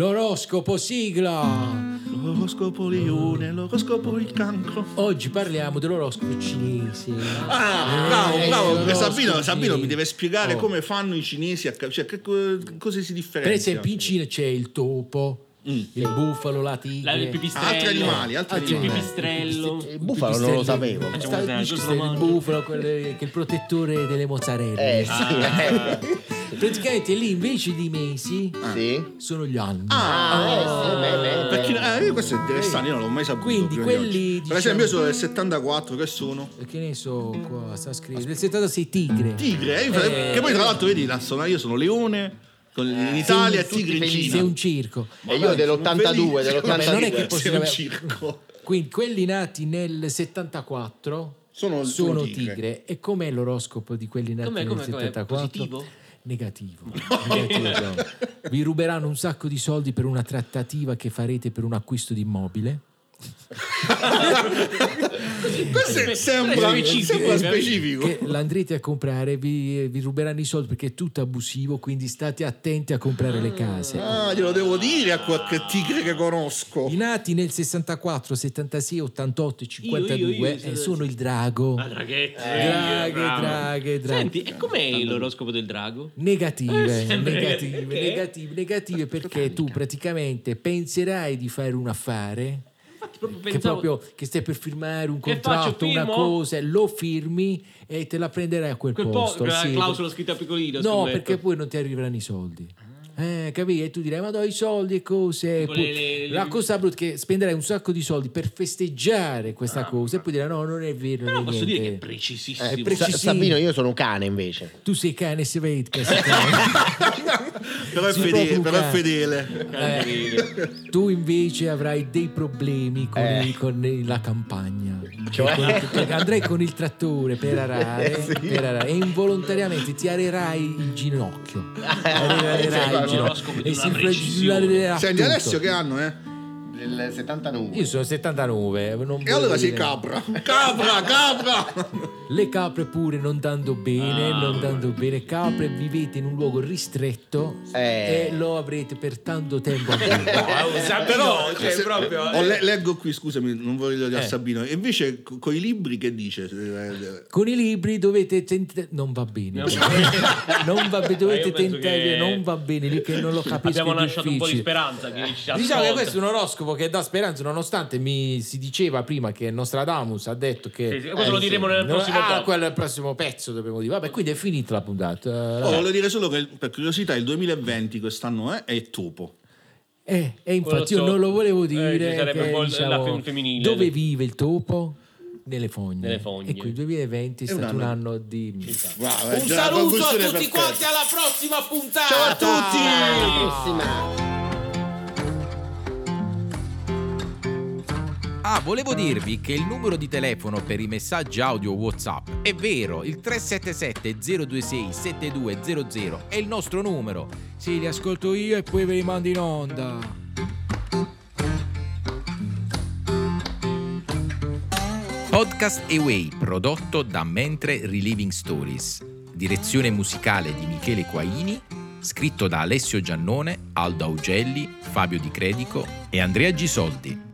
Speaker 1: L'oroscopo sigla.
Speaker 3: L'oroscopo leone, l'oroscopo il cancro.
Speaker 1: Oggi parliamo dell'oroscopo cinese.
Speaker 3: Ah, bravo,
Speaker 1: eh,
Speaker 3: bravo.
Speaker 1: l'oroscopo
Speaker 3: Sabino, Sabino
Speaker 1: sì.
Speaker 3: mi deve spiegare
Speaker 1: Oh.
Speaker 3: come fanno i cinesi a cap- cioè, che, co- cosa si differenzia.
Speaker 1: Per esempio in Cina c'è il topo, il bufalo, la
Speaker 5: Mm. La-
Speaker 1: tigre.
Speaker 5: il pipistrello. Ah,
Speaker 3: Altri animali, altri
Speaker 1: Altri
Speaker 5: Il
Speaker 3: animali.
Speaker 1: Eh,
Speaker 5: pipistrello.
Speaker 4: Il bufalo non lo sapevo.
Speaker 1: Sta-
Speaker 5: Facciamo un
Speaker 1: dice
Speaker 5: esempio,
Speaker 1: sta- il bufalo, quello che è il protettore delle mozzarelle.
Speaker 4: Eh sì.
Speaker 1: Ah. Praticamente lì invece di mesi
Speaker 5: Ah.
Speaker 4: sì.
Speaker 1: sono gli anni.
Speaker 4: Ah, eh, sì, beh, beh, beh.
Speaker 3: Perché, eh, io questo è interessante, io non l'ho mai saputo.
Speaker 1: Quindi
Speaker 3: prima di
Speaker 1: quelli,
Speaker 3: oggi. Per
Speaker 1: diciamo-
Speaker 3: esempio, io sono del 74, che sono?
Speaker 1: Che ne so qua, sta scritto. Del 76 tigre.
Speaker 3: Tigre, eh,
Speaker 1: Eh,
Speaker 3: che poi tra l'altro vedi, la sono- io sono leone, con- in Italia
Speaker 1: sei un-
Speaker 3: tigre in
Speaker 1: tutti
Speaker 3: Cina.
Speaker 1: Sei un circo.
Speaker 4: E io dell'82,
Speaker 1: Vabbè, non è che
Speaker 4: dell'82.
Speaker 1: posso-
Speaker 3: Sei un circo.
Speaker 1: Quindi quelli nati nel 74 sono,
Speaker 3: Sono- sono
Speaker 1: tigre.
Speaker 3: tigre.
Speaker 1: E com'è l'oroscopo di quelli nati
Speaker 5: Com'è,
Speaker 1: nel
Speaker 5: com'è, com'è?
Speaker 1: 74?
Speaker 5: Positivo?
Speaker 1: Negativo. Negativo. Vi ruberanno un sacco di soldi per una trattativa che farete per un acquisto di immobile. Eh,
Speaker 3: Questo è-
Speaker 5: Spe-
Speaker 3: sembra
Speaker 5: specifico,
Speaker 3: sembra
Speaker 5: eh.
Speaker 3: specifico.
Speaker 1: Che l'andrete a comprare, vi, vi ruberanno i soldi perché è tutto abusivo, quindi state attenti a comprare le case.
Speaker 3: Ah, glielo devo dire a qualche tigre che conosco.
Speaker 1: I nati nel 64, 76, 88 e 52
Speaker 5: Io, io, io,
Speaker 1: eh,
Speaker 5: sì,
Speaker 1: sono il drago.
Speaker 5: Ah, draghetto.
Speaker 1: Draghe,
Speaker 5: Eh, bravo.
Speaker 1: draghe, draghe.
Speaker 5: Senti, e com'è l'oroscopo del drago?
Speaker 1: Negative,
Speaker 5: Eh, sempre
Speaker 1: negative,
Speaker 5: negative.
Speaker 1: negative, negative perché tu praticamente penserai di fare un affare
Speaker 5: Infatti, proprio
Speaker 1: che
Speaker 5: pensavo...
Speaker 1: proprio che stai per firmare un
Speaker 5: Che faccio,
Speaker 1: contratto, una
Speaker 5: firmo?
Speaker 1: cosa, lo firmi e te la prenderai a quel,
Speaker 5: Quel po', eh,
Speaker 1: posto.
Speaker 5: quella
Speaker 1: sì.
Speaker 5: clausola scritta piccolina,
Speaker 1: No,
Speaker 5: scommetto.
Speaker 1: perché poi non ti arriveranno i soldi. Eh, capì? E tu direi, ma do i soldi e cose.
Speaker 5: Tipo
Speaker 1: Poi-
Speaker 5: le- le- le-
Speaker 1: La cosa brutta è che spenderai un sacco di soldi per festeggiare questa cosa e poi dirai, no, non è vero.
Speaker 5: Ah. Però
Speaker 1: non è
Speaker 5: posso dire che è
Speaker 1: niente.
Speaker 5: precisissimo.
Speaker 1: Eh,
Speaker 4: Sa-
Speaker 1: precisissimo.
Speaker 4: Sabino, io sono un cane invece.
Speaker 1: Tu sei cane, se vedi che sei cane.
Speaker 3: Però è
Speaker 1: Si
Speaker 3: fedele.
Speaker 1: può
Speaker 3: Però è
Speaker 1: bucare.
Speaker 3: fedele.
Speaker 1: Eh, tu invece avrai dei problemi con,
Speaker 4: Eh.
Speaker 1: con la campagna.
Speaker 4: Cioè?
Speaker 1: Con- perché andrai con il trattore per arare,
Speaker 4: Eh, sì.
Speaker 1: per arare, e involontariamente ti arerai il ginocchio. Arerai il ginocchio
Speaker 4: Eh, Sì, guarda,
Speaker 5: l'oroscopo di
Speaker 1: e
Speaker 5: una
Speaker 1: si
Speaker 5: precisione.
Speaker 1: fragilerà
Speaker 3: Senti,
Speaker 1: Ah, tutto.
Speaker 3: adesso che hanno, eh?
Speaker 4: Del 79.
Speaker 1: Io sono 79. non
Speaker 3: E
Speaker 1: voglio
Speaker 3: allora sei
Speaker 1: dire-
Speaker 3: capra. Capra, capra.
Speaker 1: Le capre pure non dando bene,
Speaker 5: Ah.
Speaker 1: non dando bene. Capre vivete in un luogo ristretto
Speaker 4: Eh.
Speaker 1: e lo avrete per tanto tempo. a voi.
Speaker 3: Però, eh.
Speaker 1: cioè,
Speaker 3: Ah, se-
Speaker 1: proprio-
Speaker 3: ho
Speaker 5: eh.
Speaker 3: le- leggo qui, scusami, non voglio dire a Sabino. E invece co- coi libri che dice? Eh,
Speaker 1: Con i libri dovete tentare. Non va bene. non va bene,
Speaker 5: Ma
Speaker 1: dovete
Speaker 5: io penso
Speaker 1: tentare.
Speaker 5: che-
Speaker 1: Non va bene. Lì che non lo capisco.
Speaker 5: Abbiamo
Speaker 1: è
Speaker 5: lasciato un po' di
Speaker 1: difficile.
Speaker 5: speranza. Che ci
Speaker 1: Diciamo che
Speaker 5: ascolta.
Speaker 1: questo è un oroscopo che dà speranza, nonostante mi si diceva prima che Nostradamus ha detto che.
Speaker 5: Sì, sì, questo lo
Speaker 1: sì.
Speaker 5: diremo nel
Speaker 1: No,
Speaker 5: prossimo
Speaker 1: ah,
Speaker 5: blocco.
Speaker 1: quello è il prossimo pezzo dobbiamo dire. Vabbè, quindi è finita la puntata. Eh,
Speaker 3: Oh, voglio dire solo che per curiosità il 2020 quest'anno è, è topo.
Speaker 1: Eh, e
Speaker 5: Quello
Speaker 1: infatti
Speaker 5: so.
Speaker 1: io non lo volevo
Speaker 5: Eh,
Speaker 1: dire.
Speaker 5: ci sarebbe
Speaker 1: che,
Speaker 5: un po' la
Speaker 1: diciamo,
Speaker 5: fem- femminile.
Speaker 1: Dove vive il topo? Nelle fogne.
Speaker 5: Nelle fogne.
Speaker 1: E qui il 2020 è
Speaker 3: un
Speaker 1: stato un
Speaker 3: anno.
Speaker 1: anno di.
Speaker 3: Bravo, è
Speaker 1: Un
Speaker 3: già la
Speaker 1: saluto a
Speaker 3: conclusione
Speaker 1: tutti
Speaker 3: perfetta.
Speaker 1: quanti, alla prossima puntata!
Speaker 3: Ciao a tutti!
Speaker 7: Ah, volevo dirvi che il numero di telefono per i messaggi audio WhatsApp è vero, il 377-026-7200 è il nostro numero.
Speaker 2: Sì, li ascolto io e poi ve li mando in onda.
Speaker 7: Podcast Away, prodotto da Mentre Reliving Stories. Direzione musicale di Michele Quaini, scritto da Alessio Giannone, Aldo Augelli, Fabio Di Credico e Andrea Gisoldi.